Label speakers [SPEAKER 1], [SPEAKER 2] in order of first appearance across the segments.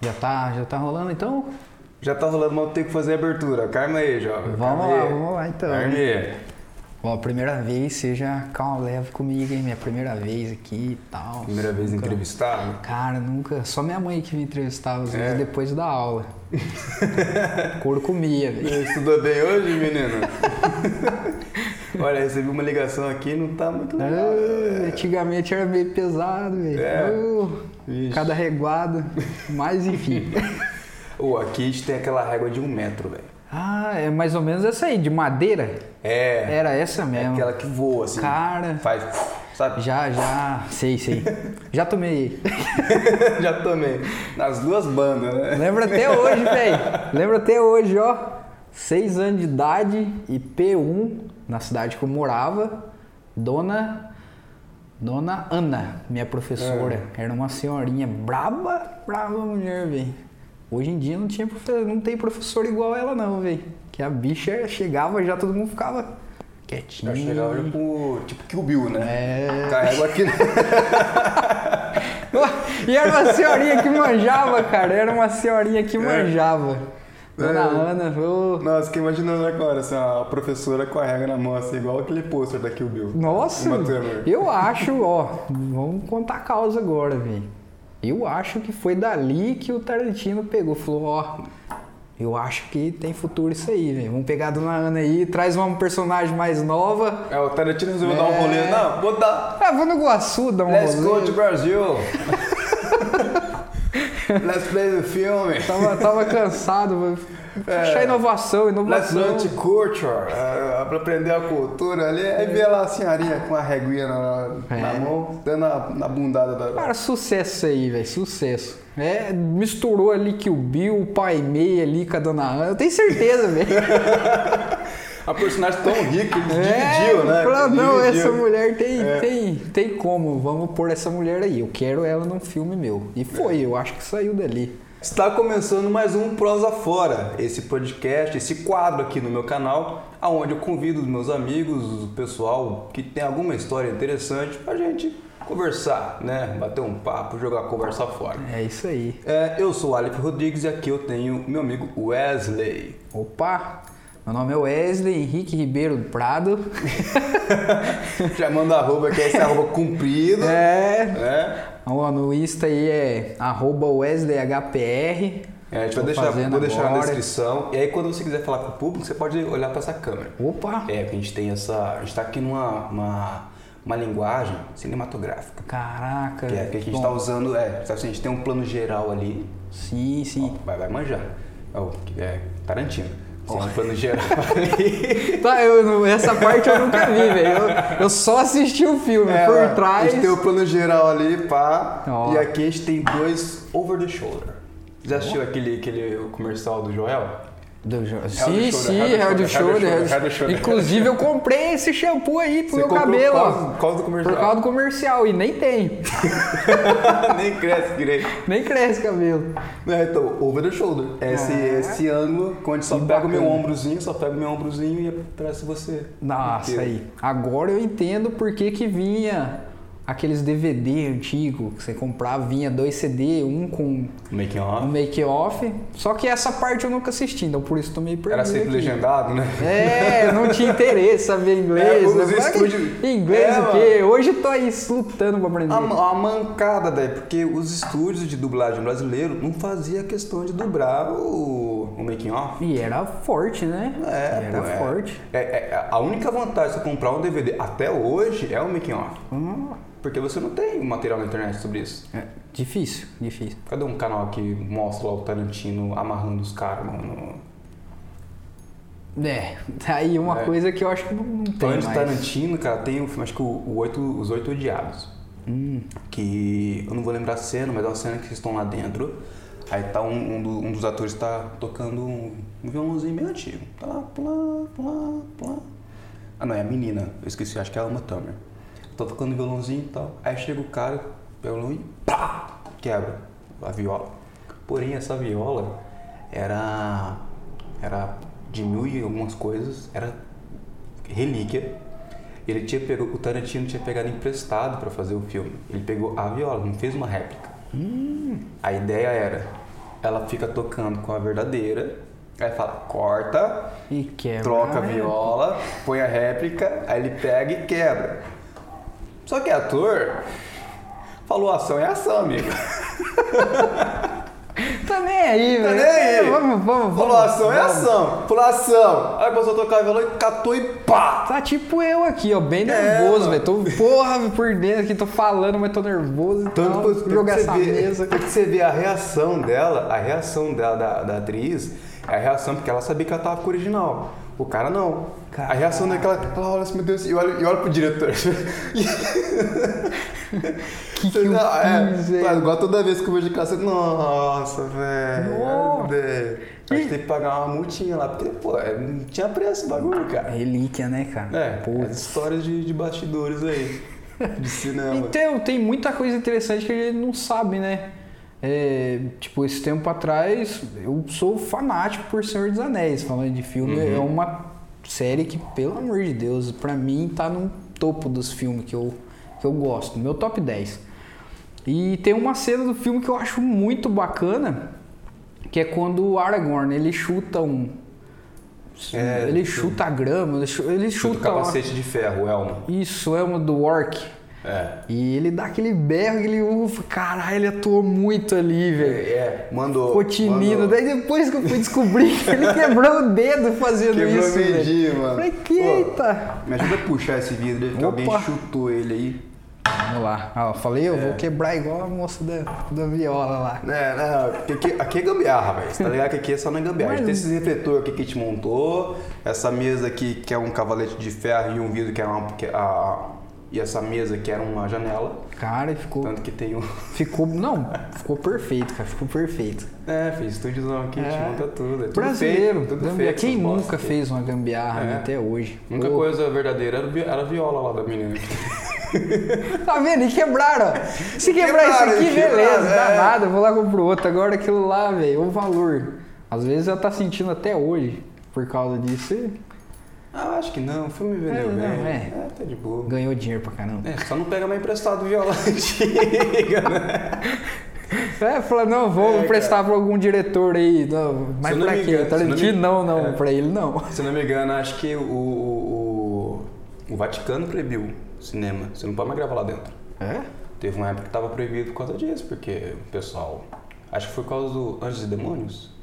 [SPEAKER 1] já tá, já tá rolando, então
[SPEAKER 2] Já tá rolando, mas eu tenho que fazer a abertura. Calma aí, jovem.
[SPEAKER 1] vamos
[SPEAKER 2] Calma
[SPEAKER 1] lá,
[SPEAKER 2] aí.
[SPEAKER 1] vamos lá então.
[SPEAKER 2] Calma aí.
[SPEAKER 1] Ó, primeira vez, seja calma, leve comigo, hein? Minha primeira vez aqui e tal.
[SPEAKER 2] Primeira vez
[SPEAKER 1] Nunca-
[SPEAKER 2] entrevistado.
[SPEAKER 1] Cara, nunca. Só minha mãe que me entrevistava às vezes
[SPEAKER 2] É?
[SPEAKER 1] depois da aula. Couro comia, velho.
[SPEAKER 2] Estudou bem hoje, menino? Olha, recebi uma ligação aqui, não tá muito legal.
[SPEAKER 1] Ah, Antigamente era meio pesado, velho.
[SPEAKER 2] É.
[SPEAKER 1] Uh,
[SPEAKER 2] Vixe.
[SPEAKER 1] cada reguada. Mas enfim.
[SPEAKER 2] Ô, aqui a gente tem aquela régua de um metro, velho.
[SPEAKER 1] ah, é mais ou menos essa aí, de madeira.
[SPEAKER 2] É,
[SPEAKER 1] Era essa mesmo.
[SPEAKER 2] aquela que voa, assim.
[SPEAKER 1] Cara,
[SPEAKER 2] Faz, sabe?
[SPEAKER 1] já, já. Sei, sei. Já tomei.
[SPEAKER 2] Já tomei. Nas duas bandas, né?
[SPEAKER 1] Lembro até hoje, velho. Lembro até hoje, ó. Seis anos de idade e P1, na cidade que eu morava, dona. Dona Ana, minha professora.
[SPEAKER 2] É.
[SPEAKER 1] Era uma senhorinha braba, brava mulher, velho. Hoje em dia não, tinha profe- não tem professor igual ela, não, velho. Que a bicha chegava já todo mundo ficava quietinho.
[SPEAKER 2] Eu chegava tipo, tipo Kill Bill, né?
[SPEAKER 1] É.
[SPEAKER 2] Carrego aqui.
[SPEAKER 1] E era uma senhorinha que manjava, cara. Era uma senhorinha que manjava. Dona
[SPEAKER 2] É.
[SPEAKER 1] Ana, ô.
[SPEAKER 2] Nossa, fiquei imaginando agora, assim, a professora com a régua na mão, assim, igual aquele pôster da Kill Bill.
[SPEAKER 1] Nossa,
[SPEAKER 2] Uma Turner.
[SPEAKER 1] eu acho, ó, vamos contar a causa agora, velho. Eu acho que foi dali que o Tarantino pegou, falou, ó, eu acho que tem futuro isso aí, velho. Vamos pegar a Dona Ana aí, traz uma personagem mais nova.
[SPEAKER 2] É, o Tarantino resolveu dar um rolê. Não, vou dar.
[SPEAKER 1] Ah, vou no Guaçu dar um
[SPEAKER 2] Let's go
[SPEAKER 1] rolê.
[SPEAKER 2] to Brasil. Let's play the filme.
[SPEAKER 1] Tava, tava cansado, vou achar inovação,
[SPEAKER 2] É. Let's
[SPEAKER 1] inovação.
[SPEAKER 2] learn to culture. É, pra aprender a cultura ali. Aí vê lá a senhorinha com a reguinha na, na
[SPEAKER 1] É.
[SPEAKER 2] mão, dando a, na bundada da...
[SPEAKER 1] Cara, sucesso isso aí, velho, sucesso. É, misturou ali que o Bill, o Pai Meia ali com a Dona Ana, eu tenho certeza, velho.
[SPEAKER 2] A personagem tão rica, eles
[SPEAKER 1] É,
[SPEAKER 2] dividiu, né?
[SPEAKER 1] falou, não,
[SPEAKER 2] Dividiu.
[SPEAKER 1] essa mulher tem,
[SPEAKER 2] É.
[SPEAKER 1] tem, tem como, vamos pôr essa mulher aí. Eu quero ela num filme meu. E foi, eu acho que saiu dali.
[SPEAKER 2] Está começando mais um Prosa Fora, esse podcast, esse quadro aqui no meu canal, aonde eu convido os meus amigos, o pessoal que tem alguma história interessante pra gente conversar, né? Bater um papo, jogar a conversa fora.
[SPEAKER 1] É isso aí.
[SPEAKER 2] É, eu sou o Aleph Rodrigues e aqui eu tenho meu amigo Wesley.
[SPEAKER 1] Opa! Meu nome é Wesley Henrique Ribeiro do Prado.
[SPEAKER 2] Já manda arroba que é esse arroba comprido,
[SPEAKER 1] É.
[SPEAKER 2] né?
[SPEAKER 1] Ó, no Insta aí é arroba WesleyHPR.
[SPEAKER 2] É, a gente vai
[SPEAKER 1] Tô
[SPEAKER 2] deixar,
[SPEAKER 1] fazendo
[SPEAKER 2] vou deixar na
[SPEAKER 1] agora.
[SPEAKER 2] descrição. E aí quando você quiser falar com o público, você pode olhar pra essa câmera.
[SPEAKER 1] Opa!
[SPEAKER 2] É, porque a gente tem essa. A gente tá aqui numa uma, uma linguagem cinematográfica.
[SPEAKER 1] Caraca!
[SPEAKER 2] Que é que a gente um-
[SPEAKER 1] Bom,
[SPEAKER 2] tá usando. É, sabe assim, a gente tem um plano geral ali.
[SPEAKER 1] Sim, sim.
[SPEAKER 2] Vai, vai manjar. É, o- é Tarantino. Tem um plano geral ali.
[SPEAKER 1] Tá, eu, não- essa parte eu nunca vi, velho. Eu, eu só assisti o filme
[SPEAKER 2] É,
[SPEAKER 1] por trás.
[SPEAKER 2] A gente tem o plano geral ali, pá.
[SPEAKER 1] Ó.
[SPEAKER 2] E aqui a gente tem dois over the shoulder. Já assistiu aquele, aquele comercial do Joel?
[SPEAKER 1] Do jo...
[SPEAKER 2] shoulder,
[SPEAKER 1] Sim, sim,
[SPEAKER 2] head
[SPEAKER 1] Head
[SPEAKER 2] and
[SPEAKER 1] and Shoulder.
[SPEAKER 2] shoulder,
[SPEAKER 1] head and
[SPEAKER 2] head and shoulder.
[SPEAKER 1] Inclusive, eu comprei esse shampoo aí pro
[SPEAKER 2] Você
[SPEAKER 1] meu
[SPEAKER 2] comprou
[SPEAKER 1] cabelo.
[SPEAKER 2] por
[SPEAKER 1] ó.
[SPEAKER 2] causa- por causa do comercial.
[SPEAKER 1] Por causa do comercial, e nem tem.
[SPEAKER 2] Nem cresce direito.
[SPEAKER 1] nem cresce cabelo.
[SPEAKER 2] É, então, over the shoulder. É esse, esse ângulo
[SPEAKER 1] é
[SPEAKER 2] onde só pega o meu ombrozinho, só pega o meu ombrozinho e aparece você.
[SPEAKER 1] Nossa,
[SPEAKER 2] Inteiro.
[SPEAKER 1] aí. Agora eu entendo por que que vinha aqueles DVD antigo que você comprava, vinha dois CD, um com
[SPEAKER 2] Making
[SPEAKER 1] um
[SPEAKER 2] off.
[SPEAKER 1] make-off. Só que essa parte eu nunca assisti, então por isso tô meio perdido
[SPEAKER 2] Era sempre
[SPEAKER 1] aqui.
[SPEAKER 2] legendado, né?
[SPEAKER 1] É, não tinha interesse saber inglês.
[SPEAKER 2] É, os
[SPEAKER 1] né? Mas
[SPEAKER 2] estúdios-
[SPEAKER 1] Inglês
[SPEAKER 2] É,
[SPEAKER 1] o quê? Hoje eu tô aí lutando pra aprender.
[SPEAKER 2] A, a mancada, daí, porque os estúdios de dublagem brasileiro não fazia questão de dubrar o, o making off.
[SPEAKER 1] E era forte, né?
[SPEAKER 2] É,
[SPEAKER 1] Era
[SPEAKER 2] pô, é.
[SPEAKER 1] forte.
[SPEAKER 2] É, é, a única vantagem de você comprar um DVD até hoje é o making off.
[SPEAKER 1] Hum.
[SPEAKER 2] Porque você não tem material na internet sobre isso.
[SPEAKER 1] É, Difícil, difícil.
[SPEAKER 2] Cadê um canal que mostra lá o Tarantino amarrando os caras no- no,
[SPEAKER 1] É, tá aí uma
[SPEAKER 2] É. tá
[SPEAKER 1] coisa que eu acho que não, não tem
[SPEAKER 2] Falando
[SPEAKER 1] mais.
[SPEAKER 2] de Tarantino, cara, tem um filme, acho que o, o Oito- Os Oito Odiados.
[SPEAKER 1] Hum.
[SPEAKER 2] Que eu não vou lembrar a cena, mas é uma cena que eles estão lá dentro. Aí tá um, um do- um dos atores tá tocando um, um violãozinho meio antigo. Tá lá, plá, plá, plá. Ah não, é a menina, eu esqueci, acho que é a Uma Thurman. Tá tocando violãozinho e tal. Aí chega o cara, pega o violão e pá! Quebra a viola. Porém, essa viola era. Era de mil e algumas coisas, era relíquia. Ele tinha pego, o Tarantino tinha pegado emprestado
[SPEAKER 1] Hum.
[SPEAKER 2] para fazer o filme. Ele pegou a viola, não fez uma réplica. A ideia era Ela fica tocando com a verdadeira. Aí fala, corta,
[SPEAKER 1] E quebra.
[SPEAKER 2] troca a
[SPEAKER 1] né?
[SPEAKER 2] viola, põe a réplica, aí ele pega e quebra. Só que ator falou ação é ação, amigo.
[SPEAKER 1] Tá nem aí, velho.
[SPEAKER 2] Tá
[SPEAKER 1] É,
[SPEAKER 2] nem aí.
[SPEAKER 1] Vamos, vamos,
[SPEAKER 2] Falou
[SPEAKER 1] vamos.
[SPEAKER 2] ação é
[SPEAKER 1] vamos.
[SPEAKER 2] ação. Falou ação. Aí começou a tocar a viola e catou e pá!
[SPEAKER 1] Tá tipo eu aqui, ó, bem
[SPEAKER 2] É,
[SPEAKER 1] nervoso,
[SPEAKER 2] mano.
[SPEAKER 1] velho. Tô porra por dentro aqui, tô falando, mas tô nervoso e
[SPEAKER 2] Tanto
[SPEAKER 1] tal.
[SPEAKER 2] que você-
[SPEAKER 1] jogar
[SPEAKER 2] que
[SPEAKER 1] Então, essa
[SPEAKER 2] você vê,
[SPEAKER 1] mesa.
[SPEAKER 2] que você vê a reação dela, a reação dela, da, da atriz, é a reação porque ela sabia que ela tava com o original. O cara não. A reação daquela, ela olha assim, meu Deus, e olha, e olha pro diretor.
[SPEAKER 1] Que que eu fiz, velho?
[SPEAKER 2] mas é, igual toda vez que eu vejo aquela cena, nossa, velho.
[SPEAKER 1] Nossa.
[SPEAKER 2] velho. A gente tem que pagar uma multinha lá, porque, pô, é- não tinha preço o bagulho, cara.
[SPEAKER 1] Relíquia, né, cara?
[SPEAKER 2] É,
[SPEAKER 1] Putz.
[SPEAKER 2] histórias de, de bastidores aí, de cinema.
[SPEAKER 1] Então, tem muita coisa interessante que a gente não sabe, né? É, tipo, esse tempo atrás, eu sou fanático por Senhor dos Anéis. Falando de filme,
[SPEAKER 2] Uhum.
[SPEAKER 1] é uma série que, pelo amor de Deus, pra mim tá no topo dos filmes que eu, que eu gosto. Meu top 10. E tem uma cena do filme que eu acho muito bacana, que é quando o Aragorn, ele chuta um...
[SPEAKER 2] É,
[SPEAKER 1] ele
[SPEAKER 2] sim.
[SPEAKER 1] chuta a grama, ele chu- ele
[SPEAKER 2] Chuta
[SPEAKER 1] chuta...
[SPEAKER 2] o
[SPEAKER 1] uma-
[SPEAKER 2] capacete de ferro, o elmo.
[SPEAKER 1] Isso, é uma do orc.
[SPEAKER 2] É.
[SPEAKER 1] E ele dá aquele berro, aquele ufa, caralho, ele atuou muito ali, velho.
[SPEAKER 2] É, mandou.
[SPEAKER 1] Cotinino.
[SPEAKER 2] mandou.
[SPEAKER 1] Daí depois que eu fui descobrir que ele quebrou o dedo fazendo
[SPEAKER 2] Quebrou
[SPEAKER 1] isso,
[SPEAKER 2] o
[SPEAKER 1] velho.
[SPEAKER 2] medinho, mano.
[SPEAKER 1] Falei, que
[SPEAKER 2] Pô.
[SPEAKER 1] eita.
[SPEAKER 2] Me ajuda a puxar esse vidro aí, que alguém
[SPEAKER 1] Opa.
[SPEAKER 2] chutou ele aí.
[SPEAKER 1] Vamos lá. Ah, eu falei, eu vou quebrar igual a moça da, da viola lá.
[SPEAKER 2] É, não, porque aqui, aqui é gambiarra, velho. Você tá ligado que aqui é só na gambiarra. A gente tem esse refletor aqui que a gente montou, essa mesa aqui que é um cavalete de ferro e um vidro que era uma. que- a- e essa mesa que era uma janela.
[SPEAKER 1] Cara, ficou,
[SPEAKER 2] Tanto que tem um.
[SPEAKER 1] ficou, não, ficou perfeito, cara, ficou perfeito.
[SPEAKER 2] É, fez estúdiozão aqui, a gente monta tudo. É tudo
[SPEAKER 1] Brasileiro,
[SPEAKER 2] feito, tudo
[SPEAKER 1] gambiarra.
[SPEAKER 2] feito,
[SPEAKER 1] quem
[SPEAKER 2] essas bosta
[SPEAKER 1] nunca
[SPEAKER 2] aqui.
[SPEAKER 1] fez uma gambiarra né,
[SPEAKER 2] É.
[SPEAKER 1] até hoje?
[SPEAKER 2] A única
[SPEAKER 1] Pô,
[SPEAKER 2] coisa verdadeira era, o vi- era a viola lá da menina.
[SPEAKER 1] Tá vendo? E quebraram. ó. Se quebrar
[SPEAKER 2] Quebraram,
[SPEAKER 1] isso aqui,
[SPEAKER 2] quebraram,
[SPEAKER 1] beleza, dá
[SPEAKER 2] é.
[SPEAKER 1] nada, eu vou lá compro outro. Agora aquilo lá, velho, o valor. Às vezes ela tá sentindo até hoje por causa disso e
[SPEAKER 2] Ah, acho que não. O filme
[SPEAKER 1] É,
[SPEAKER 2] vendeu
[SPEAKER 1] não,
[SPEAKER 2] bem.
[SPEAKER 1] é.
[SPEAKER 2] É, tá de boa.
[SPEAKER 1] ganhou dinheiro pra caramba.
[SPEAKER 2] É, só não pega mais emprestado viola antiga, né?
[SPEAKER 1] É, fala, não, vou
[SPEAKER 2] É, cara.
[SPEAKER 1] prestar pra algum diretor aí. Não, mas
[SPEAKER 2] eu não
[SPEAKER 1] pra
[SPEAKER 2] me
[SPEAKER 1] quê?
[SPEAKER 2] engano, se eu não me-
[SPEAKER 1] Tarantino? Não, não,
[SPEAKER 2] É.
[SPEAKER 1] pra ele não.
[SPEAKER 2] Se não me engano, acho que o, o, o, o Vaticano proibiu cinema. Você não pode mais gravar lá dentro.
[SPEAKER 1] É?
[SPEAKER 2] Teve uma época que tava proibido por causa disso, porque o pessoal. Acho que foi por causa do Anjos e Demônios?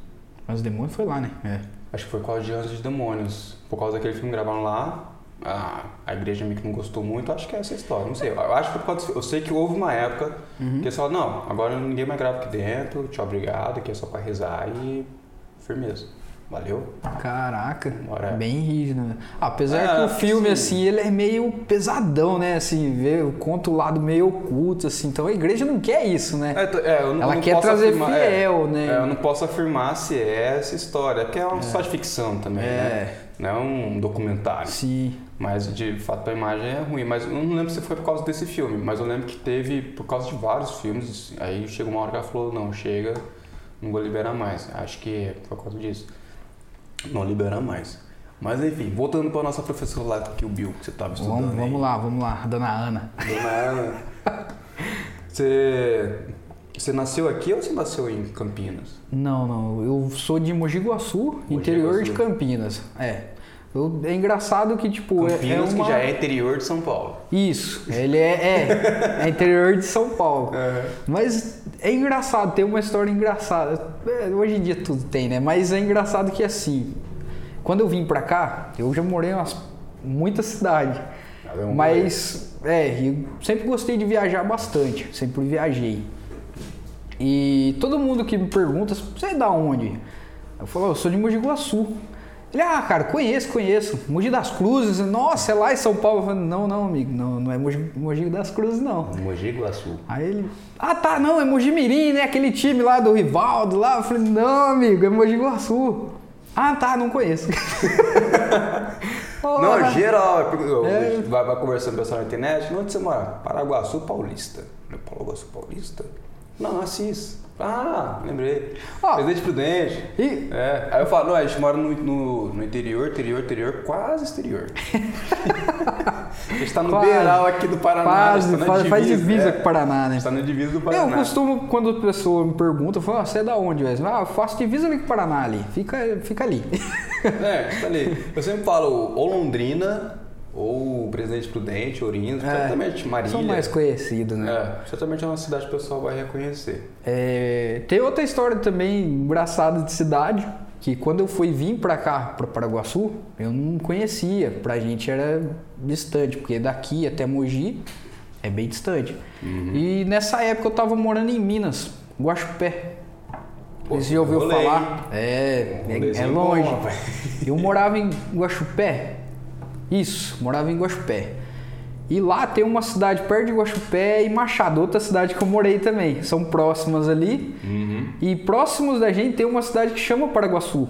[SPEAKER 1] Mas o demônio foi lá, né? É.
[SPEAKER 2] Acho que foi por causa de Anjos e Demônios. Por causa daquele filme que gravaram lá. A, a igreja meio que não gostou muito, acho que é essa a história, não sei. Eu acho que foi por causa disso. Eu sei que houve uma época
[SPEAKER 1] Uhum.
[SPEAKER 2] que eles falaram, não, agora ninguém mais grava aqui dentro, tchau, obrigado, aqui é só pra rezar e firmeza. Valeu.
[SPEAKER 1] Caraca,
[SPEAKER 2] Bora.
[SPEAKER 1] bem rígido. né? Apesar
[SPEAKER 2] É,
[SPEAKER 1] que o filme,
[SPEAKER 2] sim.
[SPEAKER 1] assim, ele é meio pesadão, né? Assim, vê, conta o lado meio oculto, assim. Então a igreja não quer isso, né?
[SPEAKER 2] É, t- é, eu não-
[SPEAKER 1] Ela
[SPEAKER 2] não
[SPEAKER 1] quer
[SPEAKER 2] posso
[SPEAKER 1] trazer
[SPEAKER 2] afirmar- é,
[SPEAKER 1] fiel, né?
[SPEAKER 2] é, eu não posso afirmar se é essa história, porque é uma história de ficção também, né? Não é um documentário.
[SPEAKER 1] Sim.
[SPEAKER 2] Mas de fato a imagem é ruim. Mas eu não lembro se foi por causa desse filme, mas eu lembro que teve por causa de vários filmes. Aí chegou uma hora que ela falou: não, chega, não vou liberar mais. Acho que é por causa disso. Não libera mais. Mas enfim, voltando para nossa professora lá, que o Bill, que você estava estudando.
[SPEAKER 1] Vamos, vamos lá, vamos lá, dona Ana.
[SPEAKER 2] aí. Dona Ana. Você, você nasceu aqui ou você nasceu em Campinas?
[SPEAKER 1] Não, não, eu sou de Mogi Guaçu, interior de
[SPEAKER 2] Guaçu.
[SPEAKER 1] Campinas. É. Eu- é engraçado que, tipo, é-
[SPEAKER 2] Campinas,
[SPEAKER 1] é uma...
[SPEAKER 2] que já é interior de São Paulo.
[SPEAKER 1] Isso, ele é, é, é interior de São Paulo.
[SPEAKER 2] É.
[SPEAKER 1] Mas é engraçado, tem uma história engraçada. É, hoje em dia tudo tem, né? Mas é engraçado que assim, quando eu vim pra cá, eu já morei em umas, muita cidade.
[SPEAKER 2] Ah, é um
[SPEAKER 1] Mas, é, eu sempre gostei de viajar bastante, sempre viajei. E todo mundo que me pergunta, você é da onde? Eu falo, "Oh, eu sou de Mogi Guaçu. Ele, ah, cara, conheço, conheço. Mogi das Cruzes, nossa, é lá em São Paulo. Eu falo, não, não, amigo, não, não é Mogi, Mogi das Cruzes, não.
[SPEAKER 2] Mogi Guaçu.
[SPEAKER 1] Aí ele, ah, tá, não, é Mogi Mirim, né? Aquele time lá do Rivaldo lá. Eu falei, não, amigo, é Mogi Guaçu. Ah, tá, não conheço.
[SPEAKER 2] Não,
[SPEAKER 1] Ora.
[SPEAKER 2] geral. é porque eu-
[SPEAKER 1] É.
[SPEAKER 2] Vai, vai conversando com o pessoal na internet. Onde você mora? Paraguaçu Paulista. Não é Paraguaçu Paulista? Não, Assis. Ah, lembrei.
[SPEAKER 1] Ó.
[SPEAKER 2] Presidente Prudente.
[SPEAKER 1] E-
[SPEAKER 2] É. Aí eu falo, não, a gente mora no, no, no interior, interior, interior, quase exterior. A gente tá no
[SPEAKER 1] Quase.
[SPEAKER 2] beiral aqui do Paraná. a
[SPEAKER 1] Quase,
[SPEAKER 2] gente tá na
[SPEAKER 1] faz, faz divisa
[SPEAKER 2] é.
[SPEAKER 1] com o Paraná,
[SPEAKER 2] A
[SPEAKER 1] né?
[SPEAKER 2] gente tá na divisa do
[SPEAKER 1] Eu
[SPEAKER 2] Paraná.
[SPEAKER 1] costumo, quando a pessoa me pergunta, eu falo, "Ah, você é da onde, Wesley? Ah, eu faço divisa ali com o Paraná ali. Fica, fica ali.
[SPEAKER 2] É, tá ali. Eu sempre falo ou Londrina, ou Presidente Prudente, Ourinhos, certamente Marília.
[SPEAKER 1] É. São mais conhecidos, né?
[SPEAKER 2] É, certamente é uma cidade que o pessoal vai reconhecer.
[SPEAKER 1] É, tem outra história também engraçada de cidade, que quando eu fui vir pra cá, pra Paraguaçu, eu não conhecia. Pra gente era distante, porque daqui até Mogi é bem distante.
[SPEAKER 2] Uhum.
[SPEAKER 1] E nessa época eu tava morando em Minas, Guaxupé.
[SPEAKER 2] Pô,
[SPEAKER 1] Você já ouviu
[SPEAKER 2] rolê,
[SPEAKER 1] falar? É,
[SPEAKER 2] Um
[SPEAKER 1] é, é
[SPEAKER 2] rolezinho
[SPEAKER 1] longe.
[SPEAKER 2] bom, rapaz.
[SPEAKER 1] Eu morava em Guaxupé. Isso, morava em Guaxupé. E lá tem uma cidade perto de Guaxupé e Machado, outra cidade que eu morei também. São próximas ali.
[SPEAKER 2] Uhum.
[SPEAKER 1] E próximos da gente tem uma cidade que chama Paraguaçu.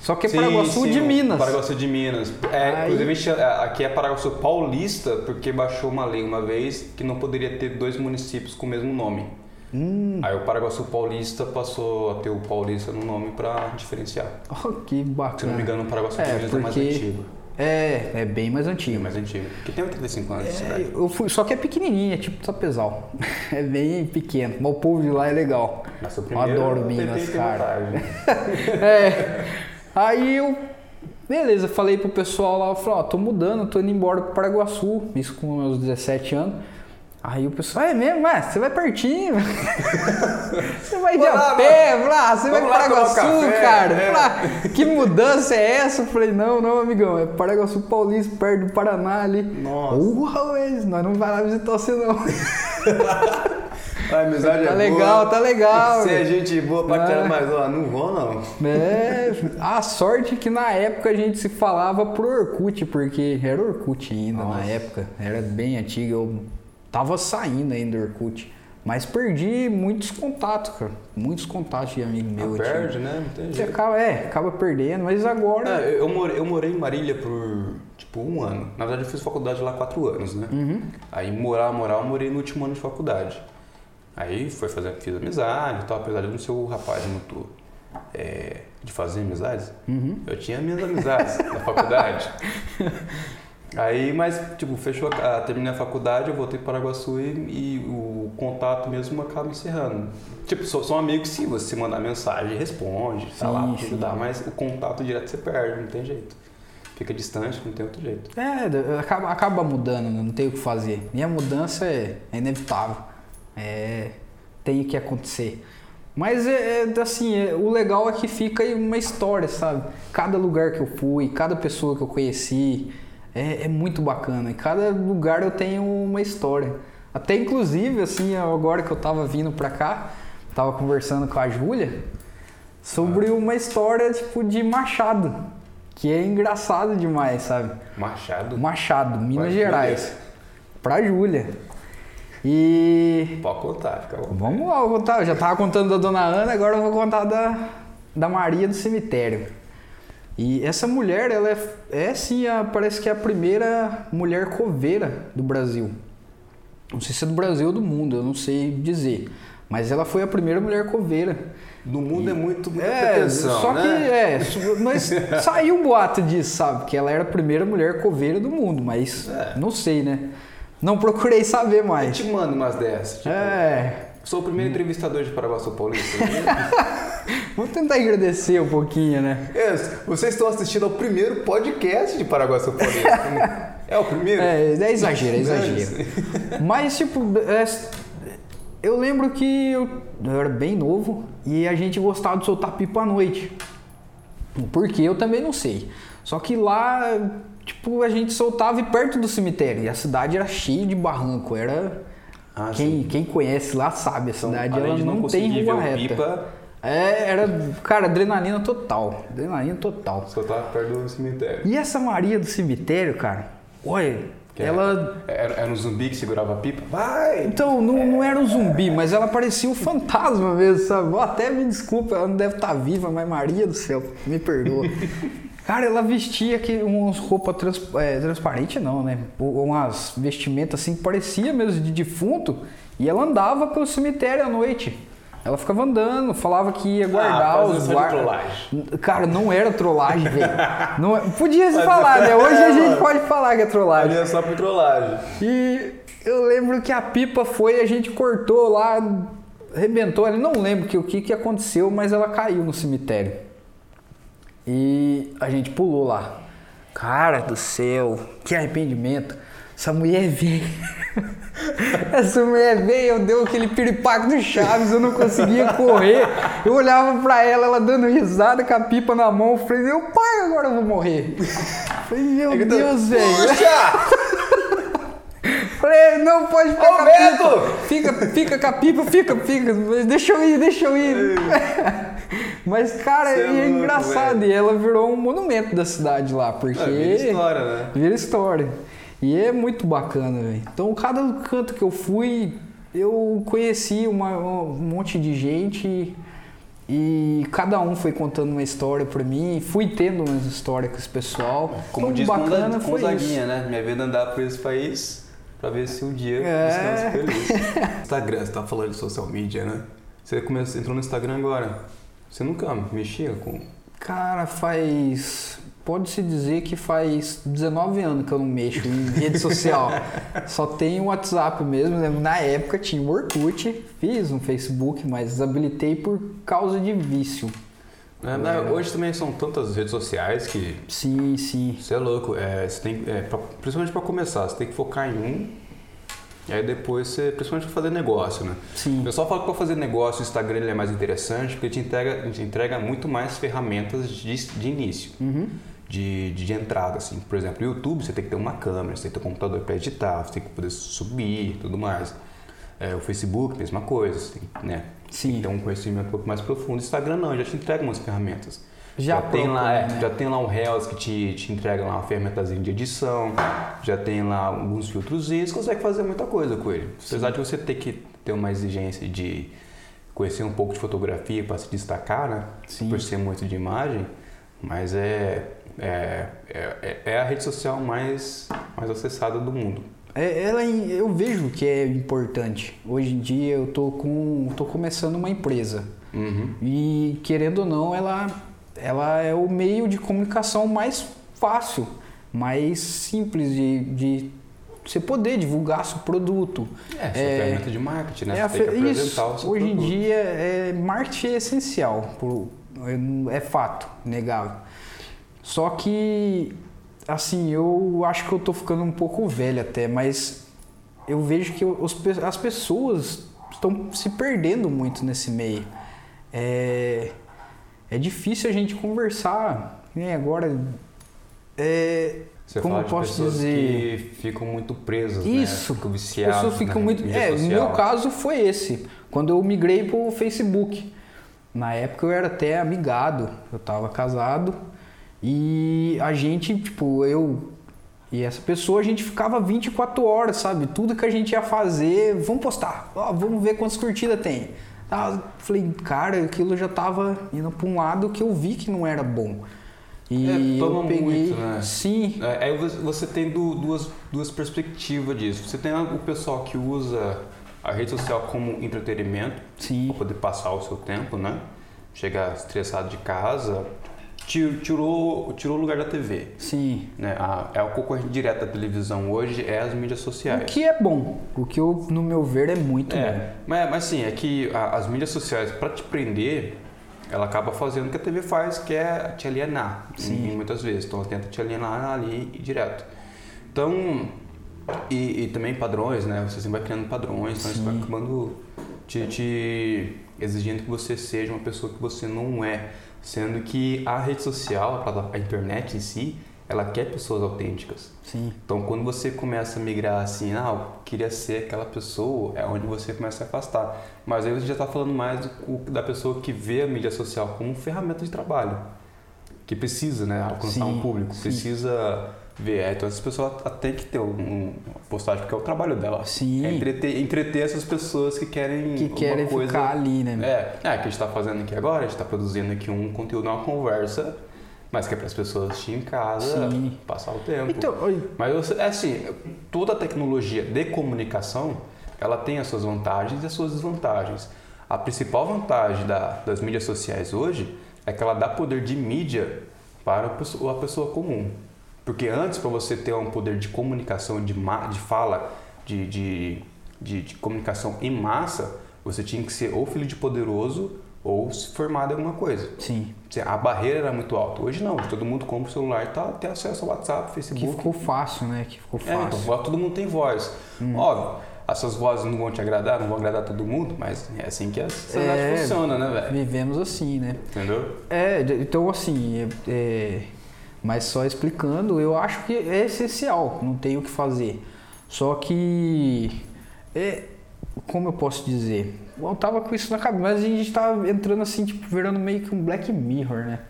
[SPEAKER 1] Só que é
[SPEAKER 2] Sim,
[SPEAKER 1] Paraguaçu
[SPEAKER 2] sim,
[SPEAKER 1] de
[SPEAKER 2] o
[SPEAKER 1] Minas.
[SPEAKER 2] Paraguaçu de Minas. É,
[SPEAKER 1] Aí-
[SPEAKER 2] Inclusive, a gente- a- aqui é Paraguaçu Paulista, porque baixou uma lei uma vez que não poderia ter dois municípios com o mesmo nome.
[SPEAKER 1] Hum.
[SPEAKER 2] Aí o Paraguaçu Paulista passou a ter o Paulista no nome pra diferenciar.
[SPEAKER 1] Oh, que bacana.
[SPEAKER 2] Se não me engano, o Paraguaçu
[SPEAKER 1] é,
[SPEAKER 2] Paulista
[SPEAKER 1] porque...
[SPEAKER 2] é mais antigo.
[SPEAKER 1] É, é bem mais
[SPEAKER 2] É
[SPEAKER 1] antigo.
[SPEAKER 2] mais antigo. Porque tem 35 anos de
[SPEAKER 1] É,
[SPEAKER 2] cidade.
[SPEAKER 1] eu fui, só que é pequenininha, é tipo Sapezal. É bem pequeno, mas o povo de lá é legal.
[SPEAKER 2] Mas o
[SPEAKER 1] eu
[SPEAKER 2] primeiro
[SPEAKER 1] adoro
[SPEAKER 2] eu
[SPEAKER 1] Minas,
[SPEAKER 2] tentei ter
[SPEAKER 1] cara.
[SPEAKER 2] vantagem.
[SPEAKER 1] É. Aí eu. Beleza, falei pro pessoal lá, eu falei, ó, tô mudando, tô indo embora pro Paraguaçu, isso com meus 17 anos. Aí o pessoal, é mesmo, mas você vai pertinho. você vai de
[SPEAKER 2] Vou
[SPEAKER 1] a
[SPEAKER 2] lá,
[SPEAKER 1] pé, lá, você vai pro
[SPEAKER 2] Vamos lá tomar
[SPEAKER 1] Paraguaçu,
[SPEAKER 2] um café,
[SPEAKER 1] cara.
[SPEAKER 2] é.
[SPEAKER 1] Lá, que mudança é essa? Eu falei, não, não, amigão, é Paraguaçu Paulista, perto do Paraná ali.
[SPEAKER 2] Nossa.
[SPEAKER 1] Uau, Wesley, nós não vai lá visitar você não.
[SPEAKER 2] A amizade
[SPEAKER 1] Tá
[SPEAKER 2] é
[SPEAKER 1] legal,
[SPEAKER 2] boa.
[SPEAKER 1] tá legal.
[SPEAKER 2] Você é gente boa pra
[SPEAKER 1] Ah.
[SPEAKER 2] caramba, mas ó, não vou não.
[SPEAKER 1] É, a sorte que na época a gente se falava pro Orkut, porque era Orkut ainda na época, era bem antiga, eu tava saindo ainda do Orkut, mas perdi muitos contatos, cara, muitos contatos de amigo meu. antigo.
[SPEAKER 2] Perde, né? Não tem
[SPEAKER 1] Você
[SPEAKER 2] jeito.
[SPEAKER 1] acaba, é, acaba perdendo, mas agora...
[SPEAKER 2] Ah, eu, eu morei, eu morei em Marília por, tipo, um ano. Na verdade, eu fiz faculdade lá quatro anos, né? Aí, morar, morar, eu morei no último ano de faculdade. Aí, foi fazer, fiz amizade e tal, apesar de eu não ser o rapaz muito... é, de fazer amizades.
[SPEAKER 1] uhum.
[SPEAKER 2] Eu tinha minhas amizades na faculdade. Aí, mas, tipo, fechou, a, a- terminei a faculdade, eu voltei para Paraguaçu e, e o contato mesmo acaba encerrando. Tipo, sou, sou um amigo que se você mandar mensagem, responde, tá
[SPEAKER 1] Sim,
[SPEAKER 2] lá pra
[SPEAKER 1] sim.
[SPEAKER 2] ajudar, mas o contato direto você perde, não tem jeito. Fica distante, não tem outro jeito.
[SPEAKER 1] É, acaba, acaba mudando, né? não tem o que fazer. E a mudança é, é inevitável. É, tem que acontecer. Mas é, é, assim, é, o legal é que fica aí uma história, sabe? Cada lugar que eu fui, cada pessoa que eu conheci, é, é muito bacana. E cada lugar eu tenho uma história. Até inclusive, assim, agora que eu tava vindo pra cá, tava conversando com a Júlia, sobre uma história tipo de Machado, que é engraçado demais, sabe?
[SPEAKER 2] Machado,
[SPEAKER 1] Machado, Minas
[SPEAKER 2] Júlia.
[SPEAKER 1] Gerais. Pra Júlia. E
[SPEAKER 2] pode contar, fica bom.
[SPEAKER 1] vamos lá, eu vou contar. Eu já tava contando da dona Ana, agora eu vou contar da, da Maria do cemitério. E essa mulher, ela é, é sim, a, parece que é a primeira mulher coveira do Brasil. Não sei se é do Brasil ou do mundo, eu não sei dizer. Mas ela foi a primeira mulher coveira.
[SPEAKER 2] No mundo é muito, muita
[SPEAKER 1] É,
[SPEAKER 2] pretensão,
[SPEAKER 1] só que
[SPEAKER 2] né?
[SPEAKER 1] é, su- mas saiu um boato disso, sabe? Que ela era a primeira mulher coveira do mundo, mas
[SPEAKER 2] É. Tipo,
[SPEAKER 1] não sei, né? Não procurei saber
[SPEAKER 2] Eu
[SPEAKER 1] mais.
[SPEAKER 2] te mando umas dessas. Tipo,
[SPEAKER 1] É,
[SPEAKER 2] Sou o primeiro entrevistador de Paraguaçu Paulista. né?
[SPEAKER 1] vamos tentar agradecer um pouquinho, né?
[SPEAKER 2] É, vocês estão assistindo ao primeiro podcast de Paraguaçu Paulista. é o primeiro?
[SPEAKER 1] É, é exagero, é exagero. Mas, tipo, é, eu lembro que eu, eu era bem novo e a gente gostava de soltar pipa à noite. O porquê eu também não sei. Só que lá, tipo, a gente soltava e perto do cemitério. E a cidade era cheia de barranco. Era.
[SPEAKER 2] Ah, Então,
[SPEAKER 1] quem, quem conhece lá sabe, a cidade
[SPEAKER 2] além
[SPEAKER 1] ela
[SPEAKER 2] de não
[SPEAKER 1] não, tem
[SPEAKER 2] conseguir ver
[SPEAKER 1] rua
[SPEAKER 2] o
[SPEAKER 1] reta.
[SPEAKER 2] pipa-
[SPEAKER 1] É, era, cara, adrenalina total. Adrenalina total.
[SPEAKER 2] Só tava perto do cemitério.
[SPEAKER 1] E essa Maria do cemitério, cara, olha,
[SPEAKER 2] Que é
[SPEAKER 1] ela.
[SPEAKER 2] Era, era um zumbi que segurava a pipa. Vai!
[SPEAKER 1] Então, não, não era um zumbi, mas ela parecia um fantasma mesmo, sabe? Ó, Até me desculpa, ela não deve estar viva, mas Maria do céu, me perdoa. Cara, ela vestia que umas roupas trans, é, transparente não, né? U- Umas vestimentas assim, que parecia mesmo de defunto. E ela andava pelo cemitério à noite. Ela ficava andando, falava que ia guardar
[SPEAKER 2] fazendo
[SPEAKER 1] os
[SPEAKER 2] Ah, só de
[SPEAKER 1] guardas.
[SPEAKER 2] trollagem.
[SPEAKER 1] Cara, não era trollagem, velho. Não é- Podia se falar, né?
[SPEAKER 2] é,
[SPEAKER 1] Hoje a gente
[SPEAKER 2] mano.
[SPEAKER 1] pode falar que é trollagem.
[SPEAKER 2] Ali é só por trollagem.
[SPEAKER 1] E eu lembro que a pipa foi, a gente cortou lá, arrebentou ali, não lembro que, o que, que aconteceu, mas ela caiu no cemitério. E a gente pulou lá. Cara do céu, que arrependimento. Essa mulher veio. Essa mulher veio, eu dei aquele piripaque do Chaves, eu não conseguia correr. Eu olhava pra ela, ela dando risada com a pipa na mão. Eu falei, meu pai, agora eu vou morrer. Eu falei, meu
[SPEAKER 2] Eu tô-
[SPEAKER 1] Deus, velho.
[SPEAKER 2] Puxa!
[SPEAKER 1] Falei, não pode pegar
[SPEAKER 2] Ô,
[SPEAKER 1] a pipa. Fica, fica com a pipa, fica, fica. Mas Deixa eu ir, deixa eu ir. Mas, cara,
[SPEAKER 2] Cê é
[SPEAKER 1] é,
[SPEAKER 2] louco,
[SPEAKER 1] engraçado.
[SPEAKER 2] velho.
[SPEAKER 1] E ela virou um monumento da cidade lá, porque...
[SPEAKER 2] É, vira história, né?
[SPEAKER 1] Vira história. E é muito bacana, velho. Então, cada canto que eu fui, eu conheci uma- um monte de gente e cada um foi contando uma história pra mim. Fui tendo umas histórias com esse pessoal.
[SPEAKER 2] Como
[SPEAKER 1] Então,
[SPEAKER 2] diz
[SPEAKER 1] bacana
[SPEAKER 2] Gonza-
[SPEAKER 1] foi isso.
[SPEAKER 2] Gonzaguinha, né? Minha vida é andar por esse país pra ver se um dia
[SPEAKER 1] É.
[SPEAKER 2] estamos felizes. Instagram, você tá falando de social media, né? Você começou, entrou no Instagram agora. Você nunca mexia com.
[SPEAKER 1] Cara, faz. Pode-se dizer que faz 19 anos que eu não mexo em rede social. Só tem o WhatsApp mesmo. né? Na época tinha o Orkut, fiz um Facebook, mas desabilitei por causa de vício.
[SPEAKER 2] né? Mas Hoje também são tantas redes sociais que
[SPEAKER 1] Sim, sim.
[SPEAKER 2] Você é louco, é, você tem, é, pra- principalmente para começar, você tem que focar em um, e aí depois você, principalmente para fazer negócio, né?
[SPEAKER 1] Sim.
[SPEAKER 2] O pessoal fala que para fazer negócio o Instagram ele é mais interessante porque te entrega, te entrega muito mais ferramentas de, de início,
[SPEAKER 1] Uhum,
[SPEAKER 2] de, de, de entrada, assim. Por exemplo, no YouTube você tem que ter uma câmera, você tem que ter um computador para editar, você tem que poder subir e tudo mais. É, o Facebook, mesma coisa, você tem, que, né?
[SPEAKER 1] Sim.
[SPEAKER 2] Tem um conhecimento um pouco mais profundo. O Instagram não, ele já te entrega umas ferramentas.
[SPEAKER 1] Já
[SPEAKER 2] tem lá,
[SPEAKER 1] propõe,
[SPEAKER 2] é,
[SPEAKER 1] né?
[SPEAKER 2] já tem lá um Reels que te, te entrega lá uma ferramentazinha de edição, já tem lá alguns filtrozinhos, você consegue fazer muita coisa com ele. Apesar de você ter que ter uma exigência de conhecer um pouco de fotografia para se destacar, né?
[SPEAKER 1] Sim.
[SPEAKER 2] Por ser muito de imagem, mas é, é, é, é a rede social mais, mais acessada do mundo.
[SPEAKER 1] É, ela, é- eu vejo que é importante. Hoje em dia eu tô com, tô começando uma empresa Uhum. e querendo ou não, ela, ela é o meio de comunicação mais fácil, mais simples de, de você poder divulgar seu produto.
[SPEAKER 2] É, essa ferramenta de marketing, né?
[SPEAKER 1] É a
[SPEAKER 2] você tem que
[SPEAKER 1] fe-
[SPEAKER 2] apresentar
[SPEAKER 1] Isso,
[SPEAKER 2] o seu
[SPEAKER 1] hoje em
[SPEAKER 2] produto.
[SPEAKER 1] dia, é, marketing é essencial, pro- é, é fato, negável. Só que, assim, eu acho que eu tô ficando um pouco velho até, mas eu vejo que os pe- as pessoas estão se perdendo muito nesse meio. É, é difícil a gente conversar, né? Agora, é,
[SPEAKER 2] Você
[SPEAKER 1] como
[SPEAKER 2] fala
[SPEAKER 1] eu
[SPEAKER 2] de
[SPEAKER 1] posso
[SPEAKER 2] pessoas
[SPEAKER 1] dizer...
[SPEAKER 2] que ficam muito presas,
[SPEAKER 1] Isso.
[SPEAKER 2] né? Ficam
[SPEAKER 1] As
[SPEAKER 2] viciadas.
[SPEAKER 1] pessoas ficam
[SPEAKER 2] na
[SPEAKER 1] muito.
[SPEAKER 2] mídia
[SPEAKER 1] É, no
[SPEAKER 2] social.
[SPEAKER 1] meu caso foi esse. Quando eu migrei pro Facebook. Na época eu era até amigado, eu tava casado. E a gente, tipo, eu e essa pessoa, a gente ficava 24 horas, sabe? Tudo que a gente ia fazer, vamos postar, ó, vamos ver quantas curtidas tem. Ah, falei, cara, aquilo já tava indo pra um lado que eu vi que não era bom. E
[SPEAKER 2] É, toma
[SPEAKER 1] eu peguei.
[SPEAKER 2] muito, né?
[SPEAKER 1] Sim,
[SPEAKER 2] É, aí você- você tem du- duas, duas perspectivas disso. Você tem o pessoal que usa a rede social como entretenimento,
[SPEAKER 1] sim.
[SPEAKER 2] para poder passar o seu tempo, né? Chega estressado de casa, ti- tirou, tirou o lugar da TV.
[SPEAKER 1] Sim.
[SPEAKER 2] Né? A- é o concorrente direto da televisão hoje, é as mídias
[SPEAKER 1] O
[SPEAKER 2] sociais.
[SPEAKER 1] que é bom. O que eu, no meu ver é muito bom.
[SPEAKER 2] É, mas, mas sim, é que a- as mídias sociais, para te prender, ela acaba fazendo o que a TV faz, que é te alienar, em- em muitas vezes. Então, ela tenta te alienar ali e direto. Então, e, e também padrões, né? Você sempre vai criando padrões, então isso vai acabando te, te exigindo que você seja uma pessoa que você não é. Sendo que a rede social, a plata- a internet em si, ela quer pessoas autênticas.
[SPEAKER 1] Sim.
[SPEAKER 2] Então, quando você começa a migrar assim, ah, eu queria ser aquela pessoa, é onde você começa a se afastar. Mas aí você já está falando mais do- o- da pessoa que vê a mídia social como ferramenta de trabalho, que precisa, né, alcançar
[SPEAKER 1] Sim,
[SPEAKER 2] um público,
[SPEAKER 1] sim.
[SPEAKER 2] precisa ver. É, Então, essa pessoa ela tem que ter um, um- uma postagem, porque é o trabalho dela.
[SPEAKER 1] Sim.
[SPEAKER 2] É entreter, entreter essas pessoas que querem
[SPEAKER 1] Assim, Que
[SPEAKER 2] uma
[SPEAKER 1] querem
[SPEAKER 2] coisa...
[SPEAKER 1] ficar ali, né?
[SPEAKER 2] É, é, o que a gente está fazendo aqui agora, a gente está produzindo aqui um conteúdo, uma conversa, mas que é para as pessoas te em casa,
[SPEAKER 1] Sim.
[SPEAKER 2] passar o tempo.
[SPEAKER 1] Então, oi,
[SPEAKER 2] Mas você- é assim, toda a tecnologia de comunicação, ela tem as suas vantagens e as suas desvantagens. A A principal vantagem da- das mídias sociais hoje é que ela dá poder de mídia para a pessoa, a pessoa comum. Porque antes, para você ter um poder de comunicação, de, ma- de fala, de, de, de- de comunicação em massa, você tinha que ser ou filho de poderoso ou se formado em alguma coisa.
[SPEAKER 1] Sim.
[SPEAKER 2] Quer dizer, A barreira era muito alta. Hoje não, hoje todo mundo compra o celular e tá, tem acesso ao WhatsApp,
[SPEAKER 1] Que
[SPEAKER 2] Facebook,
[SPEAKER 1] ficou fácil, né? Que ficou
[SPEAKER 2] é, então,
[SPEAKER 1] fácil.
[SPEAKER 2] agora todo mundo tem voz. Óbvio, essas vozes não vão te agradar, não vão agradar todo mundo, mas é assim que a sociedade
[SPEAKER 1] É.
[SPEAKER 2] funciona, né, velho?
[SPEAKER 1] Vivemos assim, né?
[SPEAKER 2] Entendeu?
[SPEAKER 1] É, de- então assim, é- é, mas só explicando, eu acho que é essencial, não tem o que fazer. Só que, é, como eu posso dizer? Eu tava com isso na cabeça, mas a gente tava entrando assim, tipo, virando meio que um Black Mirror, né?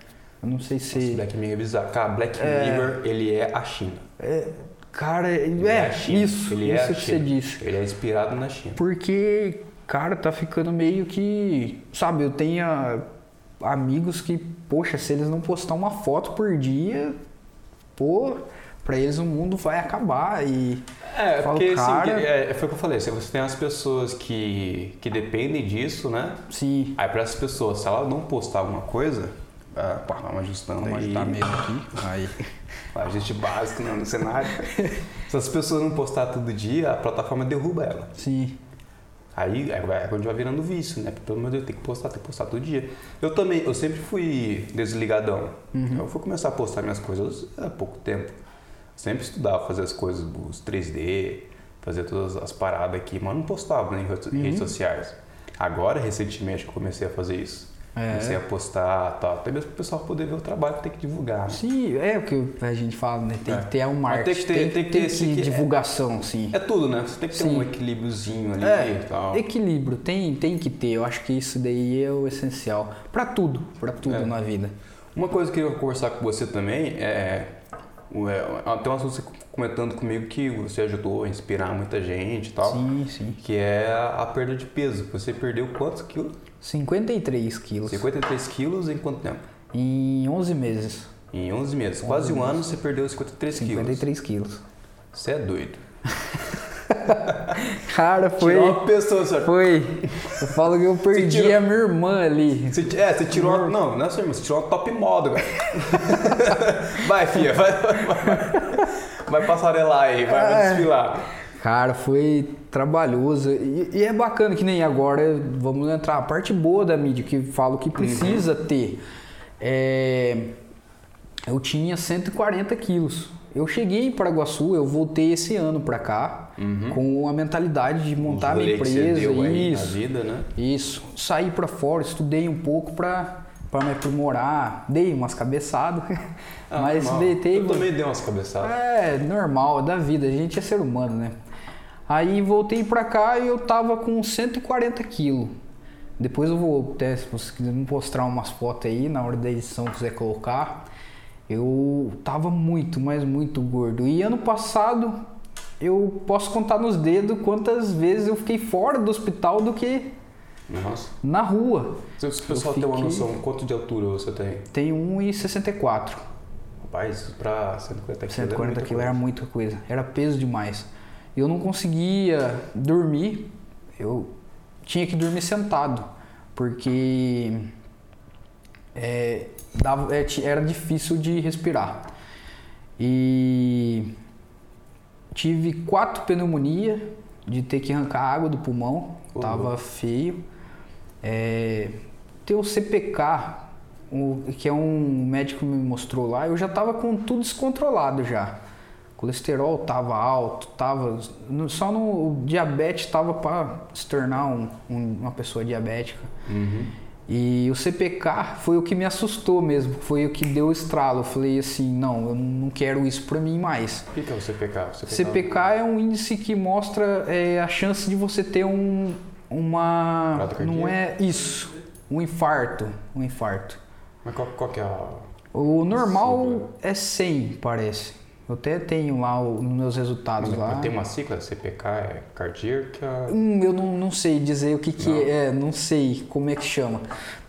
[SPEAKER 1] Eu não sei
[SPEAKER 2] Esse
[SPEAKER 1] se...
[SPEAKER 2] Black Mirror é bizarro. Cara, Black Mirror, ele é a China.
[SPEAKER 1] É, cara, é,
[SPEAKER 2] Ele
[SPEAKER 1] é,
[SPEAKER 2] a China.
[SPEAKER 1] isso,
[SPEAKER 2] Ele é
[SPEAKER 1] isso
[SPEAKER 2] a
[SPEAKER 1] que você
[SPEAKER 2] China.
[SPEAKER 1] disse.
[SPEAKER 2] Ele é inspirado na China.
[SPEAKER 1] Porque, cara, tá ficando meio que. Sabe, eu tenho ah, amigos que, poxa, se eles não postar uma foto por dia, pô, pra eles o mundo vai acabar. E.
[SPEAKER 2] É,
[SPEAKER 1] Fala,
[SPEAKER 2] porque
[SPEAKER 1] cara-
[SPEAKER 2] assim, é, é- foi o que eu falei, se você tem as pessoas que, que dependem disso, né?
[SPEAKER 1] Sim.
[SPEAKER 2] Aí para essas pessoas, se ela não postar alguma coisa, ah, pá, vamos ajustando
[SPEAKER 1] Vamos
[SPEAKER 2] aí.
[SPEAKER 1] ajudar mesmo aqui. Aí.
[SPEAKER 2] A gente básico né, no cenário. Se as pessoas não postar todo dia, a plataforma derruba ela.
[SPEAKER 1] Sim.
[SPEAKER 2] Aí é é quando vai virando vício, né? Pelo amor de Deus, tem que postar, tem que postar todo dia. Eu também, eu sempre fui desligadão. Eu fui começar a postar minhas coisas há pouco tempo. Sempre estudava, fazia as coisas, os 3D, fazia todas as paradas aqui, mas não postava né, em redes- redes sociais. Agora, recentemente, que eu comecei a fazer isso.
[SPEAKER 1] É.
[SPEAKER 2] Comecei a postar tal. Até mesmo pro pessoal poder ver o trabalho que tem que divulgar. né?
[SPEAKER 1] Sim, é o que a gente fala, né? Tem
[SPEAKER 2] É.
[SPEAKER 1] que ter um
[SPEAKER 2] Mas tem
[SPEAKER 1] marketing.
[SPEAKER 2] que ter- tem que ter esse que-
[SPEAKER 1] divulgação, sim.
[SPEAKER 2] É tudo, né? Você tem que ter
[SPEAKER 1] Sim.
[SPEAKER 2] um equilíbriozinho ali
[SPEAKER 1] É,
[SPEAKER 2] e tal.
[SPEAKER 1] Equilíbrio, tem, tem que ter. Eu acho que isso daí é o essencial. Pra tudo, pra tudo
[SPEAKER 2] É.
[SPEAKER 1] na vida.
[SPEAKER 2] Uma coisa que eu queria conversar com você também é. o- é, Tem um assunto você comentando comigo que você ajudou a inspirar muita gente e tal.
[SPEAKER 1] Sim, sim.
[SPEAKER 2] Que é a perda de peso. Você perdeu quantos quilos?
[SPEAKER 1] 53 quilos.
[SPEAKER 2] 53 quilos em quanto tempo?
[SPEAKER 1] Em 11 meses.
[SPEAKER 2] Em 11 meses. Quase um ano você perdeu 53 quilos.
[SPEAKER 1] 53 quilos.
[SPEAKER 2] Você é doido.
[SPEAKER 1] Cara, foi.
[SPEAKER 2] Tirou uma pessoa, senhor.
[SPEAKER 1] Foi. Eu falo que eu perdi
[SPEAKER 2] tirou-
[SPEAKER 1] a minha irmã ali.
[SPEAKER 2] Você, ti- é, você tirou. uma- Não, não é sua irmã, você tirou uma top model, velho. vai, filha, vai, vai, vai. Vai passarelar aí, vai, vai
[SPEAKER 1] É.
[SPEAKER 2] desfilar.
[SPEAKER 1] Cara, foi trabalhoso. E, e é bacana que nem agora vamos entrar. A parte boa da mídia, que falo
[SPEAKER 2] Uhum.
[SPEAKER 1] que precisa ter. É, eu tinha 140 quilos. Eu cheguei em Paraguaçu, eu voltei esse ano pra cá com a mentalidade de montar
[SPEAKER 2] Uhum. Os
[SPEAKER 1] minha
[SPEAKER 2] rolês Um que você
[SPEAKER 1] empresa.
[SPEAKER 2] deu aí na
[SPEAKER 1] isso.
[SPEAKER 2] vida, né?
[SPEAKER 1] Isso. Saí pra fora, estudei um pouco pra, pra me aprimorar. Dei umas cabeçadas,
[SPEAKER 2] Ah,
[SPEAKER 1] mas um-
[SPEAKER 2] normal.
[SPEAKER 1] deitei.
[SPEAKER 2] Eu também dei umas cabeçadas.
[SPEAKER 1] É normal, é da vida, a gente é ser humano, né? Aí voltei pra cá e eu tava com 140 quilos. Depois eu vou até, se você quiser me mostrar umas fotos aí, na hora da edição quiser colocar. Eu tava muito, mas muito gordo. E ano passado eu posso contar nos dedos quantas vezes eu fiquei fora do hospital do que
[SPEAKER 2] Nossa.
[SPEAKER 1] na rua.
[SPEAKER 2] Se o pessoal tem uma
[SPEAKER 1] fiquei-
[SPEAKER 2] noção, quanto de altura você tem?
[SPEAKER 1] Tem 1,64.
[SPEAKER 2] Rapaz, isso pra 140 quilos.
[SPEAKER 1] 140
[SPEAKER 2] é
[SPEAKER 1] quilos era muita coisa, era peso demais. E Eu não conseguia dormir, eu tinha que dormir sentado, porque é, dava- é, ti- era difícil de respirar. E tive quatro pneumonia de ter que arrancar água do pulmão,
[SPEAKER 2] Ô,
[SPEAKER 1] tava feio. É, ter o CPK, o- que é um médico me mostrou lá, eu já tava com tudo descontrolado já. Colesterol tava alto, tava no- só no o diabetes tava para se tornar um- um- uma pessoa diabética. E o CPK foi o que me assustou mesmo, foi o que deu o estralo. Eu falei assim, não, eu não quero isso pra mim mais.
[SPEAKER 2] O que que é o CPK? O
[SPEAKER 1] CPK é um índice que mostra é, a chance de você ter um uma
[SPEAKER 2] Parada
[SPEAKER 1] não é
[SPEAKER 2] cardíaca?
[SPEAKER 1] isso, um infarto, um infarto.
[SPEAKER 2] Mas qual, qual que é a...
[SPEAKER 1] O normal é 100, parece. Eu até tenho lá o- nos meus resultados
[SPEAKER 2] Mas
[SPEAKER 1] lá.
[SPEAKER 2] tem uma sigla, CPK é cardíaca.
[SPEAKER 1] Hum, eu não, não sei dizer o que, que
[SPEAKER 2] Não.
[SPEAKER 1] é, não sei como é que chama.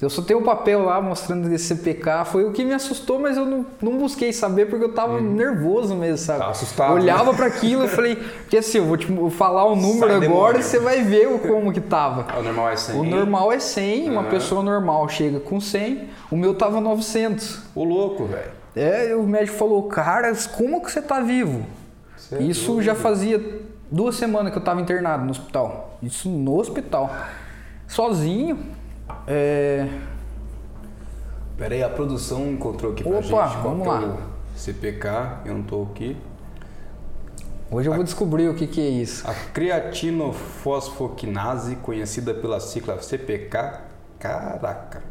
[SPEAKER 1] Eu só tenho o papel lá mostrando esse CPK, foi o que me assustou, mas eu não, não busquei saber porque eu tava nervoso mesmo, sabe?
[SPEAKER 2] Tá Uhum. assustado,
[SPEAKER 1] Eu olhava pra aquilo e falei, porque assim, eu vou te vou falar o número
[SPEAKER 2] Sai,
[SPEAKER 1] agora
[SPEAKER 2] demônio.
[SPEAKER 1] e você vai ver o- como que tava.
[SPEAKER 2] Ah, O normal é 100.
[SPEAKER 1] O normal é 100, uma
[SPEAKER 2] Aham.
[SPEAKER 1] pessoa normal chega com 100, o meu tava 900.
[SPEAKER 2] O louco, velho.
[SPEAKER 1] É, o médico falou, cara, como que você tá vivo?
[SPEAKER 2] Você é
[SPEAKER 1] Isso
[SPEAKER 2] doido.
[SPEAKER 1] já fazia duas semanas que eu tava internado no hospital. Isso no hospital. Sozinho. É,
[SPEAKER 2] Pera aí, a produção encontrou aqui pra
[SPEAKER 1] Opa,
[SPEAKER 2] gente. qual
[SPEAKER 1] vamos
[SPEAKER 2] que é
[SPEAKER 1] lá.
[SPEAKER 2] o CPK, eu não tô aqui.
[SPEAKER 1] Hoje eu vou descobrir o que, que é isso.
[SPEAKER 2] A creatinofosfoquinase, conhecida pela sigla CPK, caraca.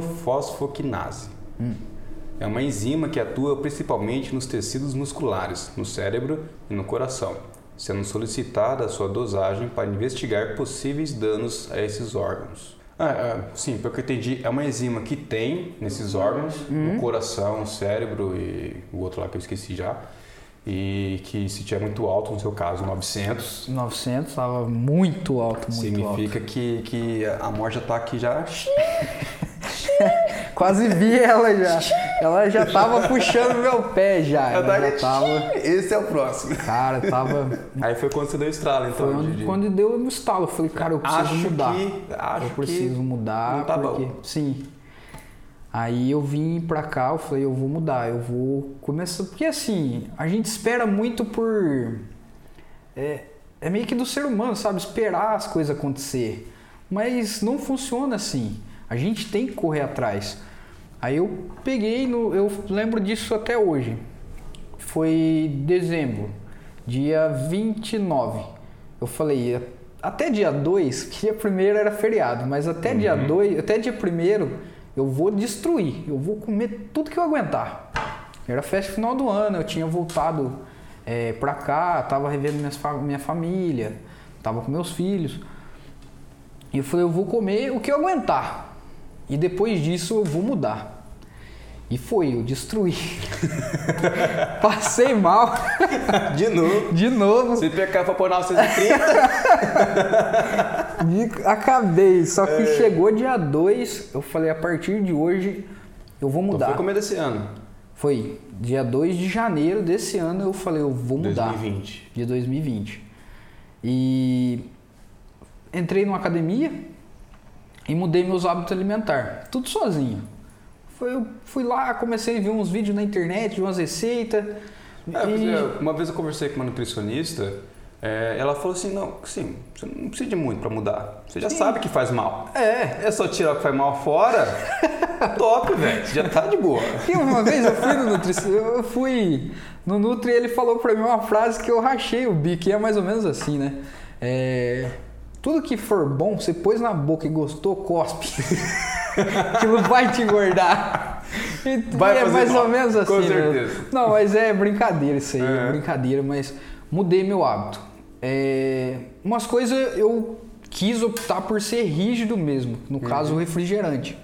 [SPEAKER 2] Creatinofosfoquinase. É uma enzima que atua principalmente nos tecidos musculares, no cérebro e no coração, sendo solicitada a sua dosagem para investigar possíveis danos a esses órgãos. Ah, ah, sim, pelo que eu entendi, é uma enzima que tem nesses órgãos,
[SPEAKER 1] Uhum.
[SPEAKER 2] no coração, cérebro e o outro lá que eu esqueci já, e que se tiver muito alto, no seu caso 900,
[SPEAKER 1] 900 tava muito alto, muito alto.
[SPEAKER 2] significa que, que a morte já está aqui já
[SPEAKER 1] Quase vi ela já. Ela já tava puxando meu pé já. Ela já tava.
[SPEAKER 2] tá Esse é o próximo.
[SPEAKER 1] Cara, tava.
[SPEAKER 2] Aí foi quando você deu estrala, então.
[SPEAKER 1] Foi onde-
[SPEAKER 2] Tá de- de-
[SPEAKER 1] quando deu um estalo. Eu falei, cara, eu preciso
[SPEAKER 2] Acho
[SPEAKER 1] mudar.
[SPEAKER 2] que- acho
[SPEAKER 1] eu preciso
[SPEAKER 2] que
[SPEAKER 1] mudar.
[SPEAKER 2] não tá
[SPEAKER 1] porque,
[SPEAKER 2] bom.
[SPEAKER 1] Sim. Aí eu vim pra cá, eu falei, eu vou mudar, eu vou começar. Porque assim, a gente espera muito por. É, é meio que do ser humano, sabe? Esperar as coisas acontecer. Mas não funciona assim. A gente tem que correr atrás. Aí eu peguei, no, eu lembro disso até hoje. Foi dezembro, dia 29. Eu falei, até dia 2, que dia 1 era feriado, mas até dia 2, até dia 1 eu vou destruir, eu vou comer tudo que eu aguentar. Era festa final do ano, eu tinha voltado é, pra cá, tava revendo minhas fa- minha família, tava com meus filhos. E eu falei, eu vou comer o que eu aguentar. E depois disso eu vou mudar. E foi, eu destruí. Passei mal
[SPEAKER 2] De novo.
[SPEAKER 1] de novo.
[SPEAKER 2] CPK foi por 930.
[SPEAKER 1] E Acabei. Só que
[SPEAKER 2] É.
[SPEAKER 1] chegou dia 2, eu falei, a partir de hoje eu vou
[SPEAKER 2] Então foi
[SPEAKER 1] mudar.
[SPEAKER 2] comer desse ano.
[SPEAKER 1] Foi dia 2 de janeiro desse ano, eu falei, eu vou mudar.
[SPEAKER 2] 2020.
[SPEAKER 1] De 2020. E entrei numa academia e mudei meus hábitos alimentares. Tudo sozinho. Foi, eu fui lá, comecei a ver uns vídeos na internet, umas receitas.
[SPEAKER 2] É,
[SPEAKER 1] e-
[SPEAKER 2] porque Uma vez eu conversei com uma nutricionista, é, ela falou assim, não, sim, você não precisa de muito pra mudar. Você já sabe que faz mal.
[SPEAKER 1] é.
[SPEAKER 2] É só tirar o que faz mal fora, top, velho. Já tá de boa.
[SPEAKER 1] E uma vez eu fui no Nutri, eu fui no Nutri e ele falou pra mim uma frase que eu rachei o bico, e é mais ou menos assim, né? É, tudo que for bom, você pôs na boca e gostou, cospe. Aquilo vai te engordar. E
[SPEAKER 2] Vai
[SPEAKER 1] é
[SPEAKER 2] fazer
[SPEAKER 1] mais
[SPEAKER 2] mal,
[SPEAKER 1] ou menos
[SPEAKER 2] com
[SPEAKER 1] assim. né?
[SPEAKER 2] certeza.
[SPEAKER 1] Não, mas é brincadeira isso aí, é,
[SPEAKER 2] É.
[SPEAKER 1] brincadeira, mas mudei meu hábito. É, umas coisas eu quis optar por ser rígido mesmo, no
[SPEAKER 2] Uhum.
[SPEAKER 1] caso o refrigerante.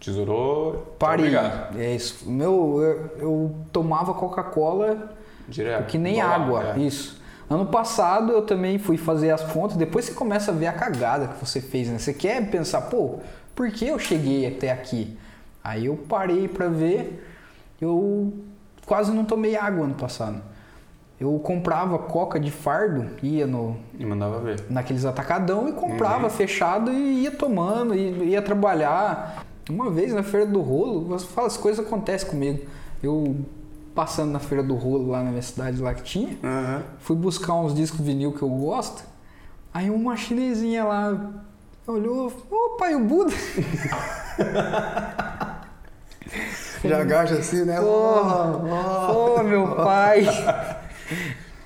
[SPEAKER 2] Tesourou, tá
[SPEAKER 1] Parei.
[SPEAKER 2] obrigado.
[SPEAKER 1] É isso. Meu, eu, eu tomava Coca-Cola
[SPEAKER 2] Direto.
[SPEAKER 1] que nem
[SPEAKER 2] Vai lá,
[SPEAKER 1] água.
[SPEAKER 2] é.
[SPEAKER 1] Isso. Ano passado eu também fui fazer as contas. Depois você começa a ver a cagada que você fez, né? Você quer pensar, pô, por que eu cheguei até aqui? Aí eu parei pra ver. Eu quase não tomei água ano passado. Eu comprava coca de fardo, ia no,
[SPEAKER 2] E mandava ver.
[SPEAKER 1] naqueles atacadão e comprava
[SPEAKER 2] Uhum.
[SPEAKER 1] fechado e ia tomando, e ia trabalhar. Uma vez na feira do rolo, você fala, as coisas acontecem comigo. Eu passando na feira do rolo lá na minha cidade lá que tinha,
[SPEAKER 2] Aham.
[SPEAKER 1] fui buscar uns discos vinil que eu gosto. Aí uma chinesinha lá olhou, opa, e o Buda?
[SPEAKER 2] Já agacha assim, né?
[SPEAKER 1] Oh, meu pai.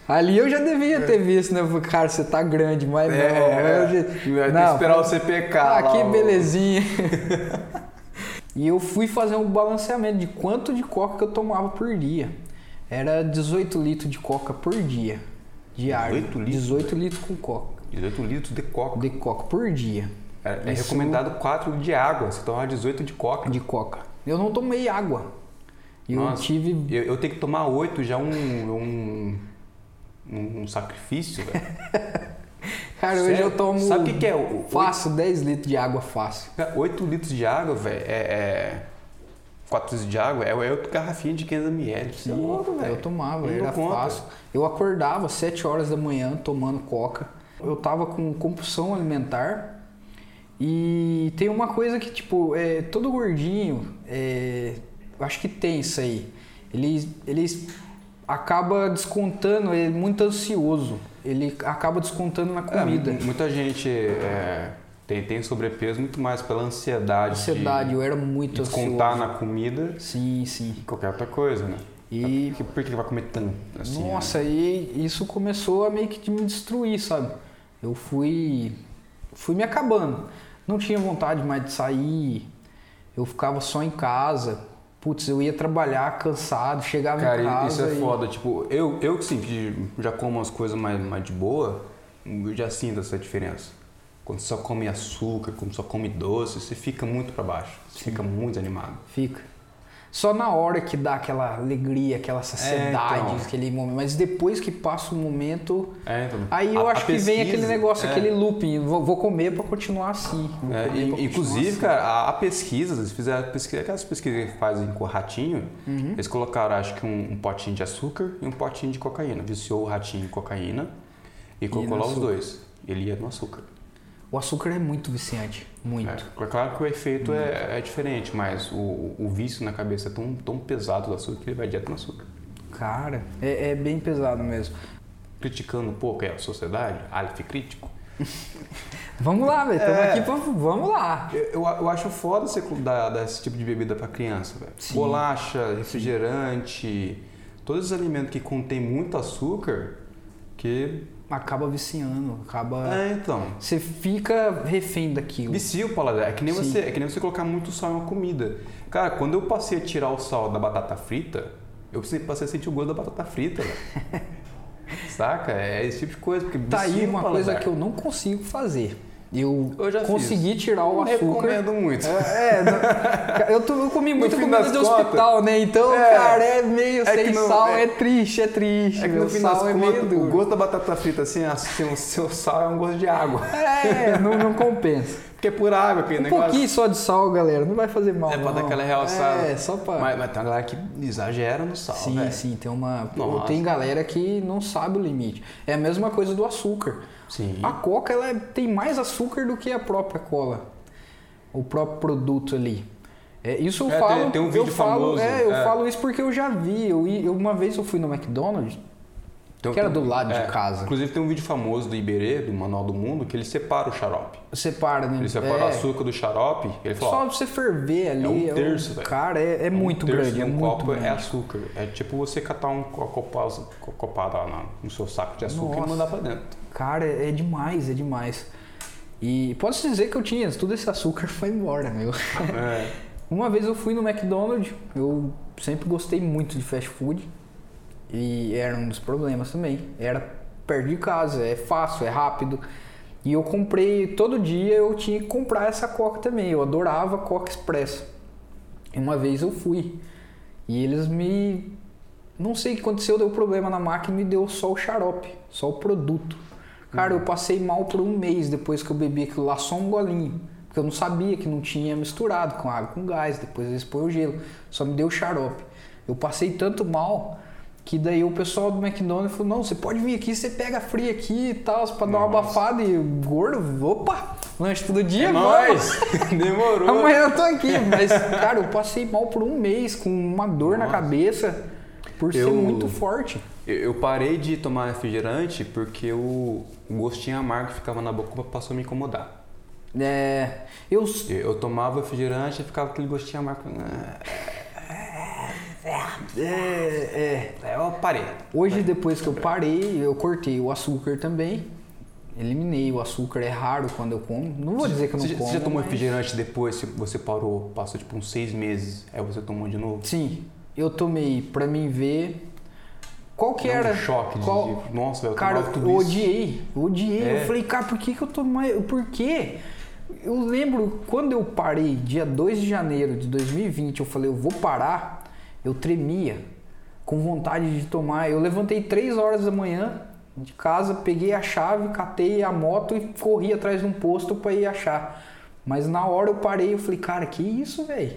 [SPEAKER 1] Ali eu já devia ter visto, né? Eu falei, Cara, você tá grande, mas
[SPEAKER 2] É,
[SPEAKER 1] não.
[SPEAKER 2] é,
[SPEAKER 1] eu já-
[SPEAKER 2] Vai ter que
[SPEAKER 1] Não,
[SPEAKER 2] esperar o CPK.
[SPEAKER 1] Ah,
[SPEAKER 2] lá,
[SPEAKER 1] que
[SPEAKER 2] o-
[SPEAKER 1] belezinha. e eu fui fazer um balanceamento de quanto de coca que eu tomava por dia. Era 18 litros de coca por dia. Diário.
[SPEAKER 2] 18 litros,
[SPEAKER 1] 18 litros com coca.
[SPEAKER 2] 18 litros de coca.
[SPEAKER 1] De coca por dia.
[SPEAKER 2] É, é
[SPEAKER 1] Isso-
[SPEAKER 2] recomendado 4 de água. Você tomar 18 de coca.
[SPEAKER 1] De coca. Eu não tomei água. Eu
[SPEAKER 2] Nossa,
[SPEAKER 1] tive.
[SPEAKER 2] Eu, eu tenho que tomar oito já é um, é um, um, um sacrifício, velho.
[SPEAKER 1] Cara, hoje
[SPEAKER 2] Sério?
[SPEAKER 1] eu tomo.
[SPEAKER 2] Sabe o que que é o- o-
[SPEAKER 1] Fácil, 10 litros de água fácil.
[SPEAKER 2] Cara, Oito litros de água, velho, é, é... 4 litros de água é 8 garrafinhas de 500ml. Você é louco, velho.
[SPEAKER 1] Eu tomava,
[SPEAKER 2] Não
[SPEAKER 1] era
[SPEAKER 2] dou conta.
[SPEAKER 1] fácil. Eu acordava 7 horas da manhã tomando coca. Eu tava com compulsão alimentar. E tem uma coisa que, tipo, é, todo gordinho, é, eu acho que tem isso aí. Ele, ele acaba descontando, ele é muito ansioso. Ele acaba descontando na
[SPEAKER 2] É,
[SPEAKER 1] comida.
[SPEAKER 2] mu- muita gente é, tem, tem sobrepeso muito mais pela ansiedade. de
[SPEAKER 1] ansiedade, eu era muito
[SPEAKER 2] Descontar
[SPEAKER 1] ansioso.
[SPEAKER 2] na comida
[SPEAKER 1] Sim, sim.
[SPEAKER 2] e qualquer outra coisa, né?
[SPEAKER 1] E-
[SPEAKER 2] Por que, por que vai comer tanto? Assim, né?
[SPEAKER 1] Nossa, e isso começou a meio que me destruir, sabe? Eu fui fui me acabando. Não tinha vontade mais de sair. Eu ficava só em casa. Putz, eu ia trabalhar cansado, chegava
[SPEAKER 2] Cara,
[SPEAKER 1] em
[SPEAKER 2] i-
[SPEAKER 1] casa.
[SPEAKER 2] isso é
[SPEAKER 1] e-
[SPEAKER 2] foda. Tipo, eu, eu que sim, que já como as coisas mais, mais de boa, eu já sinto essa diferença. Quando só come açúcar, quando só come doce, você fica muito pra baixo. Você fica muito animado.
[SPEAKER 1] Fica. Só na hora que dá aquela alegria, aquela saciedade,
[SPEAKER 2] É, então.
[SPEAKER 1] aquele momento. Mas depois que passa o momento.
[SPEAKER 2] É, então,
[SPEAKER 1] Aí eu
[SPEAKER 2] a- a
[SPEAKER 1] acho que vem
[SPEAKER 2] pesquisa-
[SPEAKER 1] aquele negócio,
[SPEAKER 2] é.
[SPEAKER 1] aquele looping. Vou, vou comer pra continuar assim. vou
[SPEAKER 2] É,
[SPEAKER 1] comer
[SPEAKER 2] e-
[SPEAKER 1] pra
[SPEAKER 2] inclusive,
[SPEAKER 1] continuar assim.
[SPEAKER 2] cara, a, a pesquisa, eles fizeram pesquisa, aquelas pesquisas que fazem com o ratinho,
[SPEAKER 1] Uhum.
[SPEAKER 2] eles colocaram, acho que, um, um potinho de açúcar e um potinho de cocaína. Viciou o ratinho em cocaína e colocou
[SPEAKER 1] no
[SPEAKER 2] lá os
[SPEAKER 1] açúcar.
[SPEAKER 2] dois. Ele ia no açúcar.
[SPEAKER 1] assim. O açúcar é muito viciante. Muito.
[SPEAKER 2] É, claro que o efeito é, é diferente, mas o, o vício na cabeça é tão, tão pesado do açúcar que ele vai direto no açúcar.
[SPEAKER 1] Cara, é, é bem pesado mesmo.
[SPEAKER 2] Criticando um pouco é, a sociedade, Aleph crítico.
[SPEAKER 1] Vamos lá, velho. Tamo
[SPEAKER 2] É.
[SPEAKER 1] aqui pra. Vamos lá.
[SPEAKER 2] Eu, eu, eu acho foda você dar, dar esse tipo de bebida pra criança, velho.
[SPEAKER 1] Sim.
[SPEAKER 2] Bolacha, refrigerante, todos os alimentos que contêm muito açúcar, que...
[SPEAKER 1] Acaba viciando, acaba.
[SPEAKER 2] É, então.
[SPEAKER 1] Você fica refém daquilo.
[SPEAKER 2] Vicia o paladar. É que, nem
[SPEAKER 1] Sim.
[SPEAKER 2] você, é que nem você colocar muito sal em uma comida. Cara, quando eu passei a tirar o sal da batata frita, eu passei a sentir o gosto da batata frita, velho. Saca? É esse tipo de coisa. Porque
[SPEAKER 1] Tá aí
[SPEAKER 2] vicia o
[SPEAKER 1] uma coisa
[SPEAKER 2] paladar.
[SPEAKER 1] que eu não consigo fazer. Eu,
[SPEAKER 2] Eu já
[SPEAKER 1] consegui tirar o
[SPEAKER 2] Não
[SPEAKER 1] açúcar.
[SPEAKER 2] recomendo muito.
[SPEAKER 1] É, não- eu, tô- eu comi muita
[SPEAKER 2] fim
[SPEAKER 1] comida
[SPEAKER 2] das
[SPEAKER 1] de
[SPEAKER 2] contas-
[SPEAKER 1] hospital, né? Então,
[SPEAKER 2] É.
[SPEAKER 1] cara, é meio
[SPEAKER 2] É que
[SPEAKER 1] sem
[SPEAKER 2] não-
[SPEAKER 1] sal, é...
[SPEAKER 2] é-
[SPEAKER 1] triste, é triste.
[SPEAKER 2] É que
[SPEAKER 1] meu,
[SPEAKER 2] no fim das
[SPEAKER 1] sal é meio
[SPEAKER 2] contas, o
[SPEAKER 1] duro.
[SPEAKER 2] gosto da batata frita sem, a- sem o seu sal é um gosto de água.
[SPEAKER 1] É, não, não compensa.
[SPEAKER 2] Porque é por água aquele
[SPEAKER 1] Um
[SPEAKER 2] negócio.
[SPEAKER 1] pouquinho só de sal, galera, não vai fazer mal.
[SPEAKER 2] É pra dar
[SPEAKER 1] não.
[SPEAKER 2] aquela realçada.
[SPEAKER 1] É, só pra.
[SPEAKER 2] Mas, mas tem uma galera que exagera no sal,
[SPEAKER 1] Sim,
[SPEAKER 2] velho.
[SPEAKER 1] sim, tem uma.
[SPEAKER 2] Nossa.
[SPEAKER 1] Tem galera que não sabe o limite. É a mesma coisa do açúcar.
[SPEAKER 2] Sim.
[SPEAKER 1] A coca ela é- tem mais açúcar do que a própria cola. O próprio produto ali. É, isso eu
[SPEAKER 2] É,
[SPEAKER 1] falo.
[SPEAKER 2] tem- tem um
[SPEAKER 1] eu
[SPEAKER 2] vídeo
[SPEAKER 1] falo,
[SPEAKER 2] famoso,
[SPEAKER 1] É, eu
[SPEAKER 2] é.
[SPEAKER 1] falo isso porque eu já vi. Eu, ia- eu- uma vez eu fui no McDonald's,
[SPEAKER 2] Tem-
[SPEAKER 1] que era
[SPEAKER 2] tem-
[SPEAKER 1] do lado de
[SPEAKER 2] é,
[SPEAKER 1] casa.
[SPEAKER 2] Inclusive tem um vídeo famoso do Iberê, do Manual do Mundo, que ele separa o xarope.
[SPEAKER 1] Separa, né?
[SPEAKER 2] Ele separa o
[SPEAKER 1] É,
[SPEAKER 2] açúcar do xarope, ele fala,
[SPEAKER 1] Só
[SPEAKER 2] ó,
[SPEAKER 1] pra você ferver ali.
[SPEAKER 2] um terço, velho.
[SPEAKER 1] Cara, é, é
[SPEAKER 2] um
[SPEAKER 1] muito
[SPEAKER 2] terço
[SPEAKER 1] grande.
[SPEAKER 2] de
[SPEAKER 1] É
[SPEAKER 2] um
[SPEAKER 1] muito
[SPEAKER 2] copo
[SPEAKER 1] grande.
[SPEAKER 2] é açúcar. É tipo você catar um co- copazo- co- copada lá na- no seu saco de açúcar
[SPEAKER 1] Nossa.
[SPEAKER 2] e mandar pra dentro.
[SPEAKER 1] Cara, é é demais, é demais. E posso dizer que eu tinha, todo esse açúcar foi embora, meu.
[SPEAKER 2] É.
[SPEAKER 1] Uma vez eu fui no McDonald's, eu sempre gostei muito de fast food. E era um dos problemas também. Era perto de casa, é fácil, é rápido. E eu comprei, todo dia eu tinha que comprar essa coca também. Eu adorava coca expresso. E uma vez eu fui. E eles me. Não sei o que aconteceu, deu problema na máquina e me deu só o xarope, só o produto. Cara,
[SPEAKER 2] Uhum.
[SPEAKER 1] eu passei mal por um mês depois que eu bebi aquilo lá, só um golinho. Porque eu não sabia que não tinha misturado com água, com gás. Depois eles põem o gelo. Só me deu o xarope. Eu passei tanto mal que daí o pessoal do McDonald's falou: Não, você pode vir aqui, você pega fria aqui e tal, pra dar uma abafada. E eu, gordo, opa, lanche todo dia,
[SPEAKER 2] É
[SPEAKER 1] vamos."
[SPEAKER 2] nóis! Demorou!
[SPEAKER 1] Amanhã eu tô aqui, mas, cara, eu passei mal por um mês com uma dor na cabeça por ser
[SPEAKER 2] Eu-
[SPEAKER 1] muito forte.
[SPEAKER 2] Eu eu parei de tomar refrigerante porque o o gostinho amargo que ficava na boca passou a me incomodar.
[SPEAKER 1] É, eu,
[SPEAKER 2] Eu tomava refrigerante e ficava aquele gostinho amargo. Ah,
[SPEAKER 1] é, é,
[SPEAKER 2] Aí eu parei.
[SPEAKER 1] hoje, depois que eu parei, eu cortei o açúcar também. Eliminei o açúcar, é raro quando eu como. Não vou dizer que eu não
[SPEAKER 2] Você, já-
[SPEAKER 1] como.
[SPEAKER 2] você já tomou
[SPEAKER 1] mas-
[SPEAKER 2] refrigerante depois, se você parou, passou tipo uns seis meses, aí você tomou de novo?
[SPEAKER 1] Sim, eu tomei pra mim ver qual que
[SPEAKER 2] Dá
[SPEAKER 1] era.
[SPEAKER 2] Um choque de,
[SPEAKER 1] qual-
[SPEAKER 2] de- Nossa, velho, eu
[SPEAKER 1] Cara,
[SPEAKER 2] tomava tudo
[SPEAKER 1] eu
[SPEAKER 2] isso.
[SPEAKER 1] odiei, eu odiei.
[SPEAKER 2] É.
[SPEAKER 1] Eu falei, cara, por que, que eu tô mais. Por quê? Eu lembro quando eu parei, dia 2 de janeiro de 2020, eu falei, eu vou parar. Eu tremia, com vontade de tomar. Eu levantei três horas da manhã de casa, peguei a chave, catei a moto e corri atrás de um posto para ir achar. Mas na hora eu parei, eu falei, cara, que isso, velho?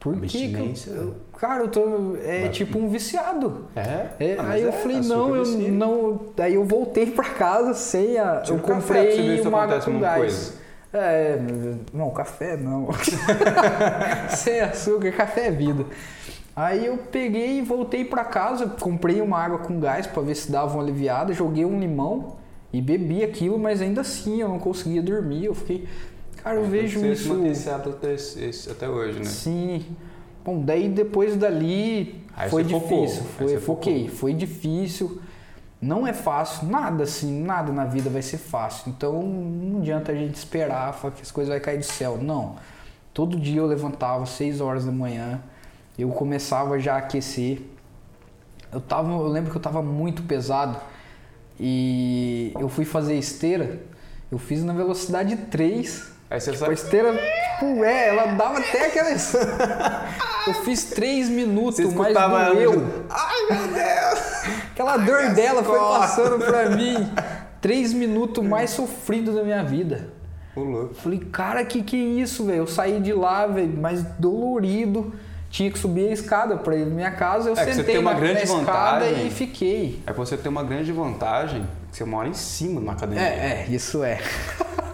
[SPEAKER 1] Por que? que eu-
[SPEAKER 2] Abstinência. né?
[SPEAKER 1] eu- cara, eu tô. É
[SPEAKER 2] Mas-
[SPEAKER 1] tipo um viciado.
[SPEAKER 2] É?
[SPEAKER 1] É,
[SPEAKER 2] Ah, mas
[SPEAKER 1] aí eu
[SPEAKER 2] é,
[SPEAKER 1] falei,
[SPEAKER 2] açúcar
[SPEAKER 1] não, eu
[SPEAKER 2] vicia.
[SPEAKER 1] não. Daí eu voltei pra casa sem a.
[SPEAKER 2] Tira
[SPEAKER 1] eu
[SPEAKER 2] um café pra você ver
[SPEAKER 1] comprei
[SPEAKER 2] se
[SPEAKER 1] uma água
[SPEAKER 2] acontece
[SPEAKER 1] com
[SPEAKER 2] alguma
[SPEAKER 1] gás.
[SPEAKER 2] coisa.
[SPEAKER 1] É, não, café não. sem açúcar, café é vida. Aí eu peguei e voltei pra casa, comprei uma água com gás pra ver se dava uma aliviada, joguei um limão e bebi aquilo, mas ainda assim eu não conseguia dormir. Eu fiquei, cara, eu vejo
[SPEAKER 2] Você
[SPEAKER 1] isso.
[SPEAKER 2] mantém esse hábito até, esse- esse- até hoje, né?
[SPEAKER 1] Sim. Bom, daí depois dali
[SPEAKER 2] Aí
[SPEAKER 1] foi
[SPEAKER 2] você focou,
[SPEAKER 1] difícil.
[SPEAKER 2] aí
[SPEAKER 1] Foi,
[SPEAKER 2] você
[SPEAKER 1] foquei, foi difícil. Não é fácil, nada assim, nada na vida vai ser fácil. Então não adianta a gente esperar falar que as coisas vão cair do céu. Não. Todo dia eu levantava às 6 horas da manhã, eu começava já a aquecer. Eu, tava, eu lembro que eu tava muito pesado e eu fui fazer esteira, eu fiz na velocidade 3,
[SPEAKER 2] Aí você
[SPEAKER 1] a
[SPEAKER 2] sabe.
[SPEAKER 1] esteira, tipo, é, ela dava até aquela. Eu fiz três minutos,
[SPEAKER 2] Você
[SPEAKER 1] mas
[SPEAKER 2] escutava ela né?
[SPEAKER 1] doeu.
[SPEAKER 2] gritando, Ai, meu Deus!
[SPEAKER 1] Aquela dor dela foi
[SPEAKER 2] costas."
[SPEAKER 1] passando pra mim. Três minutos mais sofrido da minha vida.
[SPEAKER 2] Ô, louco.
[SPEAKER 1] Falei, cara, que que é isso, velho? Eu saí de lá, velho, mas dolorido. Tinha que subir a escada pra ir na minha casa. Eu
[SPEAKER 2] É que você
[SPEAKER 1] sentei
[SPEAKER 2] tem uma
[SPEAKER 1] na,
[SPEAKER 2] grande
[SPEAKER 1] na escada
[SPEAKER 2] vantagem.
[SPEAKER 1] e fiquei.
[SPEAKER 2] É que você tem uma grande vantagem que você mora em cima de uma academia.
[SPEAKER 1] É, é, isso é.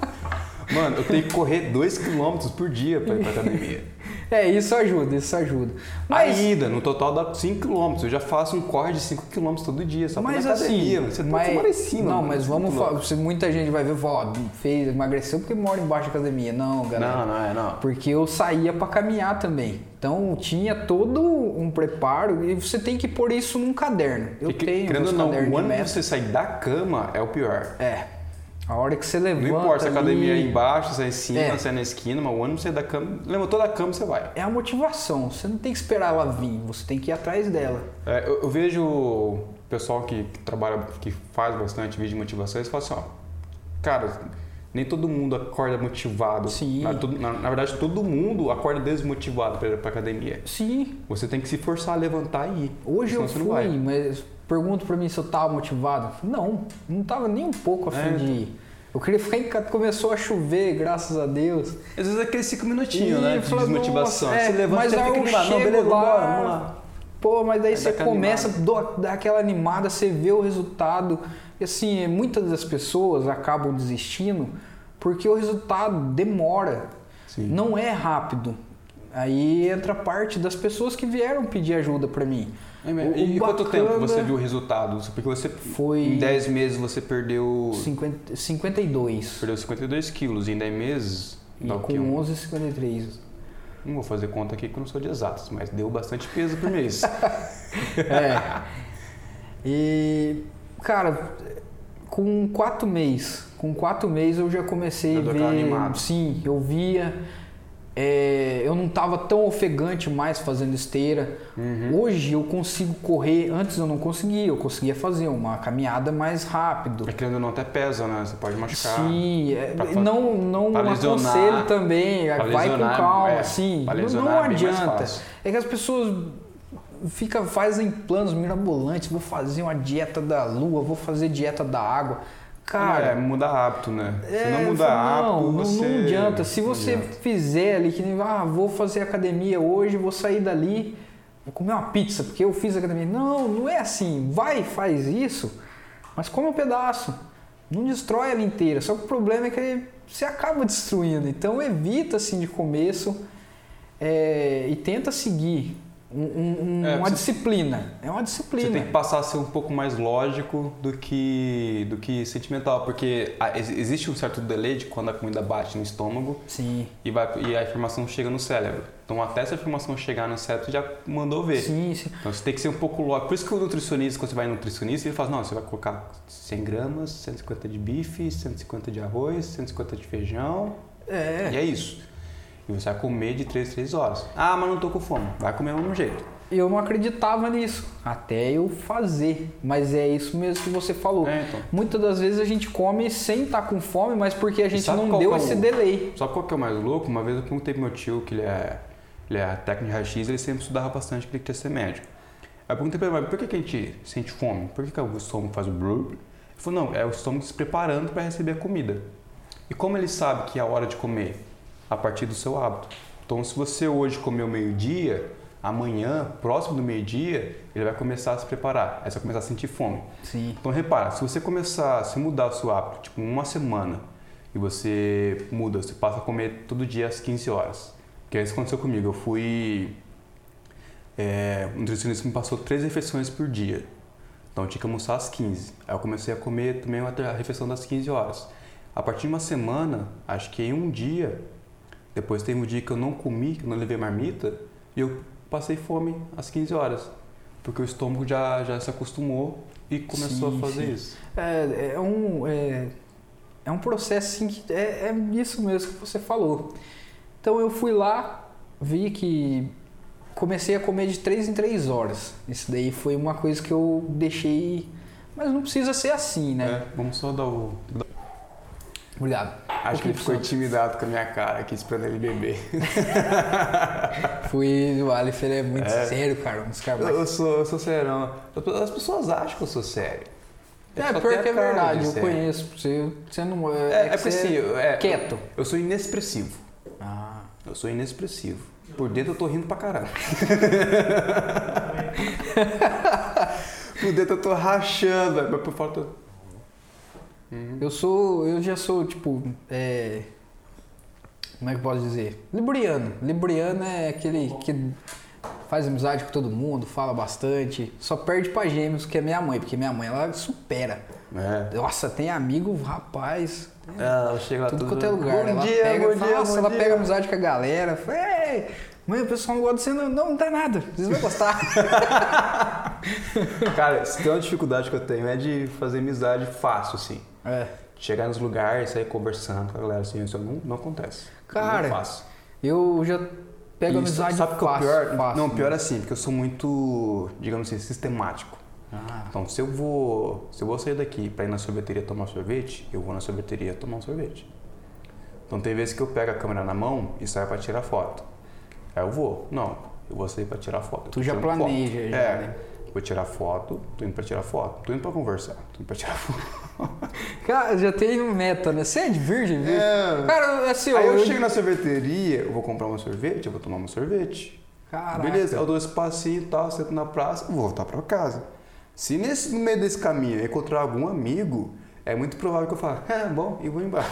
[SPEAKER 2] Mano, eu tenho que correr 2km por dia pra ir pra academia.
[SPEAKER 1] É, isso ajuda, isso ajuda. Mas,
[SPEAKER 2] A ida, no total dá 5km. Eu já faço um corre de 5km todo dia, só pra ir
[SPEAKER 1] Mas
[SPEAKER 2] na academia.
[SPEAKER 1] assim,
[SPEAKER 2] você, tá-
[SPEAKER 1] mas,
[SPEAKER 2] você é mora em cima.
[SPEAKER 1] não,
[SPEAKER 2] mano,
[SPEAKER 1] mas
[SPEAKER 2] cinco
[SPEAKER 1] vamos
[SPEAKER 2] quilômetros.
[SPEAKER 1] falar. se Muita gente vai ver, ó, fez, emagreceu porque mora embaixo da academia. Não, galera.
[SPEAKER 2] Não, não, é, não.
[SPEAKER 1] Porque eu saía pra caminhar também. Então tinha todo um preparo e você tem que pôr isso num caderno. Eu
[SPEAKER 2] Porque,
[SPEAKER 1] tenho
[SPEAKER 2] querendo
[SPEAKER 1] meus
[SPEAKER 2] ou não,
[SPEAKER 1] cadernos
[SPEAKER 2] o
[SPEAKER 1] de
[SPEAKER 2] ano que
[SPEAKER 1] meta.
[SPEAKER 2] você sair da cama é o pior.
[SPEAKER 1] É. A hora que você levanta.
[SPEAKER 2] Não importa se a academia é
[SPEAKER 1] ali,
[SPEAKER 2] embaixo, se é em cima,
[SPEAKER 1] É.
[SPEAKER 2] se é na esquina, mas o ano que você da cama, levantou da cama, você vai.
[SPEAKER 1] é a motivação. Você não tem que esperar ela vir, você tem que ir atrás dela.
[SPEAKER 2] É, eu, eu vejo o pessoal que, que trabalha, que faz bastante vídeo de motivação, eles falam assim, ó, cara, nem todo mundo acorda motivado.
[SPEAKER 1] Sim.
[SPEAKER 2] Na, todo- na- na verdade, todo mundo acorda desmotivado pra, ir pra academia.
[SPEAKER 1] Sim,
[SPEAKER 2] Você tem que se forçar a levantar e ir.
[SPEAKER 1] Hoje
[SPEAKER 2] senão
[SPEAKER 1] eu
[SPEAKER 2] você
[SPEAKER 1] fui,
[SPEAKER 2] não vai.
[SPEAKER 1] mas pergunto pra mim se eu tava motivado. Não, não tava nem um pouco a fim
[SPEAKER 2] É,
[SPEAKER 1] de ir. Eu queria ficar em casa, começou a chover, graças a Deus.
[SPEAKER 2] Às vezes é aqueles cinco minutinhos, né? De
[SPEAKER 1] fala,
[SPEAKER 2] desmotivação.
[SPEAKER 1] "Nossa,
[SPEAKER 2] Você
[SPEAKER 1] é,
[SPEAKER 2] levanta,
[SPEAKER 1] mas
[SPEAKER 2] você
[SPEAKER 1] aí
[SPEAKER 2] fica
[SPEAKER 1] eu
[SPEAKER 2] animado. Não,
[SPEAKER 1] chego
[SPEAKER 2] beleza,
[SPEAKER 1] lá,
[SPEAKER 2] bora, vamos lá.
[SPEAKER 1] Pô, mas daí
[SPEAKER 2] Aí dá
[SPEAKER 1] você
[SPEAKER 2] aquela
[SPEAKER 1] começa, dá dá aquela animada, você vê o resultado. E assim, muitas das pessoas acabam desistindo porque o resultado demora.
[SPEAKER 2] Sim.
[SPEAKER 1] Não é rápido. Aí entra a parte das pessoas que vieram pedir ajuda pra mim.
[SPEAKER 2] É mesmo.
[SPEAKER 1] O-
[SPEAKER 2] e
[SPEAKER 1] o
[SPEAKER 2] quanto tempo
[SPEAKER 1] bacana-
[SPEAKER 2] você viu o resultado? Porque você,
[SPEAKER 1] Foi-
[SPEAKER 2] em 10 meses, você perdeu,
[SPEAKER 1] 50, 52.
[SPEAKER 2] perdeu 52 quilos. Em 10 meses,
[SPEAKER 1] E
[SPEAKER 2] dá o quê?
[SPEAKER 1] com 11,53.
[SPEAKER 2] Não vou fazer conta aqui que eu não sou de exatas, mas deu bastante peso por mês.
[SPEAKER 1] É. E, cara, com quatro meses, com quatro meses eu já comecei
[SPEAKER 2] Já
[SPEAKER 1] a
[SPEAKER 2] deu
[SPEAKER 1] ver.
[SPEAKER 2] aquela animada.
[SPEAKER 1] Sim, eu via. é, eu não estava tão ofegante mais fazendo esteira. Hoje eu consigo correr. Antes eu não conseguia. Eu conseguia fazer uma caminhada mais rápido.
[SPEAKER 2] Mas querendo ou não, até pesa, né? Você pode machucar.
[SPEAKER 1] Sim, é,
[SPEAKER 2] pra fa-
[SPEAKER 1] não, não
[SPEAKER 2] pra lesionar.
[SPEAKER 1] aconselho também,
[SPEAKER 2] Pra
[SPEAKER 1] vai
[SPEAKER 2] lesionar,
[SPEAKER 1] com calma,
[SPEAKER 2] é,
[SPEAKER 1] sim.
[SPEAKER 2] pra
[SPEAKER 1] Não- Não,
[SPEAKER 2] lesionar é bem mais
[SPEAKER 1] adianta.
[SPEAKER 2] fácil.
[SPEAKER 1] É que as pessoas fica, fazem planos mirabolantes, vou fazer uma dieta da lua, vou fazer dieta da água. Cara,
[SPEAKER 2] é, muda hábito, né? Se não
[SPEAKER 1] é,
[SPEAKER 2] mudar
[SPEAKER 1] fala,
[SPEAKER 2] hábito,
[SPEAKER 1] não, não-
[SPEAKER 2] você...
[SPEAKER 1] não adianta. Se
[SPEAKER 2] não
[SPEAKER 1] você
[SPEAKER 2] adianta.
[SPEAKER 1] fizer ali, que nem, ah, vou fazer academia hoje, vou sair dali, vou comer uma pizza, porque eu fiz academia. Não, não é assim. Vai, faz isso, mas come um pedaço. Não destrói ela inteira. Só que o problema é que você acaba destruindo. Então evita assim de começo é, e tenta seguir um- um- um-
[SPEAKER 2] É,
[SPEAKER 1] uma
[SPEAKER 2] você-
[SPEAKER 1] disciplina. É uma disciplina.
[SPEAKER 2] Você tem que passar a ser um pouco mais lógico do que, do que sentimental, porque a- ex- existe um certo delay de quando a comida bate no estômago
[SPEAKER 1] Sim.
[SPEAKER 2] e, vai, e a informação chega no cérebro. Então, até essa informação chegar no cérebro, você já mandou ver.
[SPEAKER 1] Sim, sim.
[SPEAKER 2] Então você tem que ser um pouco lógico. Por isso que o nutricionista, quando você vai no nutricionista, ele fala: assim, não, você vai colocar 100 gramas, 150 de bife, 150 de arroz, 150 de feijão.
[SPEAKER 1] É.
[SPEAKER 2] E é isso. E você vai comer de 3 3 horas. Ah, mas não tô com fome. Vai comer do mesmo jeito.
[SPEAKER 1] Eu não acreditava nisso, até eu fazer. Mas é isso mesmo que você falou.
[SPEAKER 2] É, então.
[SPEAKER 1] Muitas das vezes a gente come sem estar com fome, mas porque a gente
[SPEAKER 2] sabe
[SPEAKER 1] não
[SPEAKER 2] qual
[SPEAKER 1] deu
[SPEAKER 2] que é o-
[SPEAKER 1] esse delay.
[SPEAKER 2] Sabe qual que é o mais louco? Uma vez eu perguntei pro meu tio, que ele é, Ele, a técnica de raio-x, ele sempre estudava bastante que ele queria ser médico. Aí eu perguntei pra ele, mas por que, que a gente sente fome? Por que, que o estômago faz o brrr? Ele falou, não, é o estômago se preparando para receber a comida. E como ele sabe que é a hora de comer? A partir do seu hábito. Então, se você hoje comeu meio-dia, amanhã, próximo do meio-dia, ele vai começar a se preparar. Aí você vai começar a sentir fome.
[SPEAKER 1] Sim.
[SPEAKER 2] Então repara, se você começar a se mudar o seu hábito, tipo uma semana, e você muda, você passa a comer todo dia às 15 horas. Que é isso que aconteceu comigo. Eu fui. É, o nutricionista me passou três refeições por dia. Então eu tinha que almoçar às 15. Aí eu comecei a comer também uma ter- a refeição das 15 horas. A partir de uma semana, acho que em um dia, depois teve um dia que eu não comi, que eu não levei marmita, e eu passei fome às 15 horas. Porque o estômago já, já se acostumou e começou
[SPEAKER 1] Sim,
[SPEAKER 2] a fazer
[SPEAKER 1] sim.
[SPEAKER 2] isso.
[SPEAKER 1] É, é um, é, é um processo assim que é, é isso mesmo que você falou. Então eu fui lá, vi que comecei a comer de 3 em 3 horas. Isso daí foi uma coisa que eu deixei. Mas não precisa ser assim, né?
[SPEAKER 2] É, vamos só dar o.
[SPEAKER 1] Obrigado.
[SPEAKER 2] Acho que ele
[SPEAKER 1] Felipe
[SPEAKER 2] ficou
[SPEAKER 1] Santos.
[SPEAKER 2] intimidado com a minha cara aqui esperando ele beber.
[SPEAKER 1] Fui. O Aleph ele é muito
[SPEAKER 2] É.
[SPEAKER 1] sério, cara. Um dos caras
[SPEAKER 2] Eu,
[SPEAKER 1] mais-
[SPEAKER 2] eu sou, eu sou serão. As pessoas acham que eu sou sério. Eu
[SPEAKER 1] É,
[SPEAKER 2] só
[SPEAKER 1] pior
[SPEAKER 2] tenho
[SPEAKER 1] que é
[SPEAKER 2] a cara de
[SPEAKER 1] verdade, eu
[SPEAKER 2] sério.
[SPEAKER 1] conheço. Você, você não.
[SPEAKER 2] É, é
[SPEAKER 1] que
[SPEAKER 2] porque
[SPEAKER 1] você
[SPEAKER 2] assim, eu- é,
[SPEAKER 1] quieto.
[SPEAKER 2] eu sou inexpressivo.
[SPEAKER 1] Ah.
[SPEAKER 2] Eu sou inexpressivo. Por dentro eu tô rindo pra caralho. Por dentro eu tô rachando, velho, mas por fora eu tô...
[SPEAKER 1] Eu sou. Eu já sou, tipo. É, como é que eu posso dizer? Libriano. Libriano é aquele que faz amizade com todo mundo, fala bastante. Só perde pra gêmeos, que é minha mãe, porque minha mãe ela supera.
[SPEAKER 2] É.
[SPEAKER 1] Nossa, tem amigo, rapaz.
[SPEAKER 2] Ela chega lá
[SPEAKER 1] Tudo
[SPEAKER 2] Tá tudo
[SPEAKER 1] quanto é lugar.
[SPEAKER 2] Bom
[SPEAKER 1] ela
[SPEAKER 2] dia,
[SPEAKER 1] pega,
[SPEAKER 2] bom dia,
[SPEAKER 1] nossa,
[SPEAKER 2] bom
[SPEAKER 1] ela
[SPEAKER 2] dia.
[SPEAKER 1] pega amizade com a galera. Fala, Ei, mãe, o pessoal não gosta de você, não, não, não dá nada. Vocês vão gostar.
[SPEAKER 2] Cara, se tem uma dificuldade que eu tenho é de fazer amizade fácil, assim.
[SPEAKER 1] é.
[SPEAKER 2] Chegar nos lugares, sair conversando com a galera, assim, isso não, não acontece.
[SPEAKER 1] Cara,
[SPEAKER 2] não faço.
[SPEAKER 1] Eu já pego
[SPEAKER 2] E
[SPEAKER 1] amizade
[SPEAKER 2] sabe que é o
[SPEAKER 1] fácil,
[SPEAKER 2] pior?
[SPEAKER 1] fácil. né?
[SPEAKER 2] não, pior é assim, porque eu sou muito, digamos assim, sistemático.
[SPEAKER 1] Ah,
[SPEAKER 2] Então, se eu vou, se eu vou sair daqui pra ir na sorveteria tomar um sorvete, eu vou na sorveteria tomar um sorvete. Então, tem vezes que eu pego a câmera na mão e saio pra tirar foto. Aí eu vou. Não, eu vou sair pra tirar foto. Eu
[SPEAKER 1] Tu
[SPEAKER 2] tô
[SPEAKER 1] já
[SPEAKER 2] tirando foto.
[SPEAKER 1] planeja, já,
[SPEAKER 2] é.
[SPEAKER 1] né?
[SPEAKER 2] Vou tirar foto, tô indo pra tirar foto, tô indo pra conversar, tô indo pra tirar foto.
[SPEAKER 1] Cara, já tem um meta, né? Você é de virgem, virgem?
[SPEAKER 2] É.
[SPEAKER 1] Cara, assim,
[SPEAKER 2] Aí eu,
[SPEAKER 1] eu-
[SPEAKER 2] chego na sorveteria, eu vou comprar um sorvete, eu vou tomar um sorvete.
[SPEAKER 1] Caraca.
[SPEAKER 2] Beleza, eu dou esse passinho e tal, sento na praça, vou voltar pra casa. Se nesse, no meio desse caminho eu encontrar algum amigo, é muito provável que eu fale, é bom, e vou embora.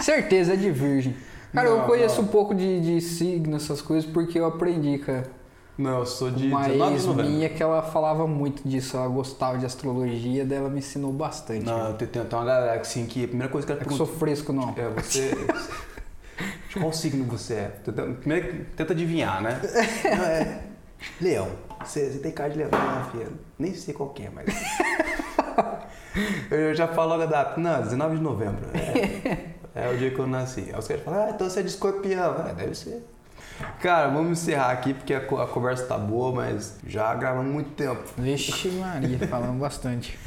[SPEAKER 1] Certeza é de virgem. Cara, eu
[SPEAKER 2] Não,
[SPEAKER 1] conheço um pouco de, de signo, essas coisas, porque eu aprendi, cara.
[SPEAKER 2] Não, eu sou de
[SPEAKER 1] Uma
[SPEAKER 2] 19
[SPEAKER 1] ex
[SPEAKER 2] de novembro.
[SPEAKER 1] minha que ela falava muito disso, ela gostava de astrologia, daí ela me ensinou bastante.
[SPEAKER 2] Não, eu tenho, tenho até uma galera que, assim, que a primeira coisa que ela
[SPEAKER 1] é que eu
[SPEAKER 2] pergunta
[SPEAKER 1] sou fresco, não.
[SPEAKER 2] é você... de qual signo você é? Tenta, primeiro que- tenta adivinhar, né? Não, é... Leão. Você, você tem cara de leão, né, filha? Nem sei qual que é, mas... Eu já falo logo a data. Não, 19 de novembro. É, é o dia que eu nasci. Aí os caras falam, ah, então você é de escorpião. É, deve ser. Cara, vamos encerrar aqui porque a, co- a conversa tá boa, mas já gravamos muito tempo.
[SPEAKER 1] Vixe Maria, falando bastante.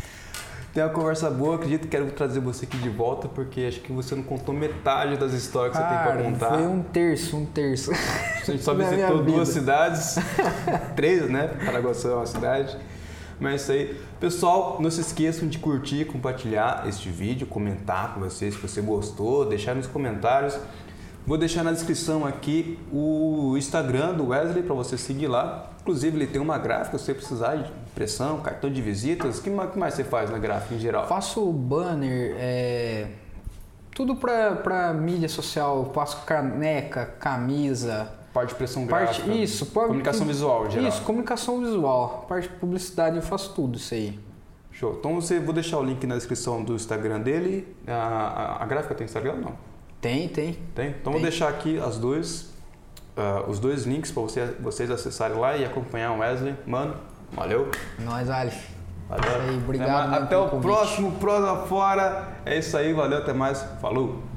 [SPEAKER 2] Tem uma conversa boa, acredito que quero trazer você aqui de volta, porque acho que você não contou metade das histórias que você
[SPEAKER 1] Cara,
[SPEAKER 2] tem pra contar.
[SPEAKER 1] foi um terço, um terço.
[SPEAKER 2] A gente só
[SPEAKER 1] da minha
[SPEAKER 2] visitou duas
[SPEAKER 1] vida.
[SPEAKER 2] cidades, três, né? Paraguaçu é uma cidade. Mas é isso aí. Pessoal, não se esqueçam de curtir, compartilhar este vídeo, comentar com vocês se você gostou, deixar nos comentários. Vou deixar na descrição aqui o Instagram do Wesley para você seguir lá. Inclusive, ele tem uma gráfica, se você precisar de impressão, cartão de visitas. O que ma- que mais você faz na gráfica em geral?
[SPEAKER 1] faço banner, é, tudo pra, pra mídia social, eu faço caneca, camisa,
[SPEAKER 2] Parte de pressão
[SPEAKER 1] parte.
[SPEAKER 2] gráfica.
[SPEAKER 1] Isso, pode-
[SPEAKER 2] Comunicação visual, em geral.
[SPEAKER 1] Isso, comunicação visual, parte de publicidade, eu faço tudo isso aí.
[SPEAKER 2] Show. Então você vou deixar o link na descrição do Instagram dele. A, a- a gráfica tem Instagram? Não.
[SPEAKER 1] Tem, tem.
[SPEAKER 2] Tem? Então
[SPEAKER 1] Tem.
[SPEAKER 2] vou deixar aqui as duas, ah, os dois links para você, vocês acessarem lá e acompanhar o Wesley. Mano, valeu.
[SPEAKER 1] Nós, Aleph.
[SPEAKER 2] Valeu.
[SPEAKER 1] Isso aí, obrigado,
[SPEAKER 2] Até, mais.
[SPEAKER 1] mano,
[SPEAKER 2] Até
[SPEAKER 1] pelo
[SPEAKER 2] o
[SPEAKER 1] convite.
[SPEAKER 2] próximo, prosa fora. É isso aí, valeu, até mais. Falou.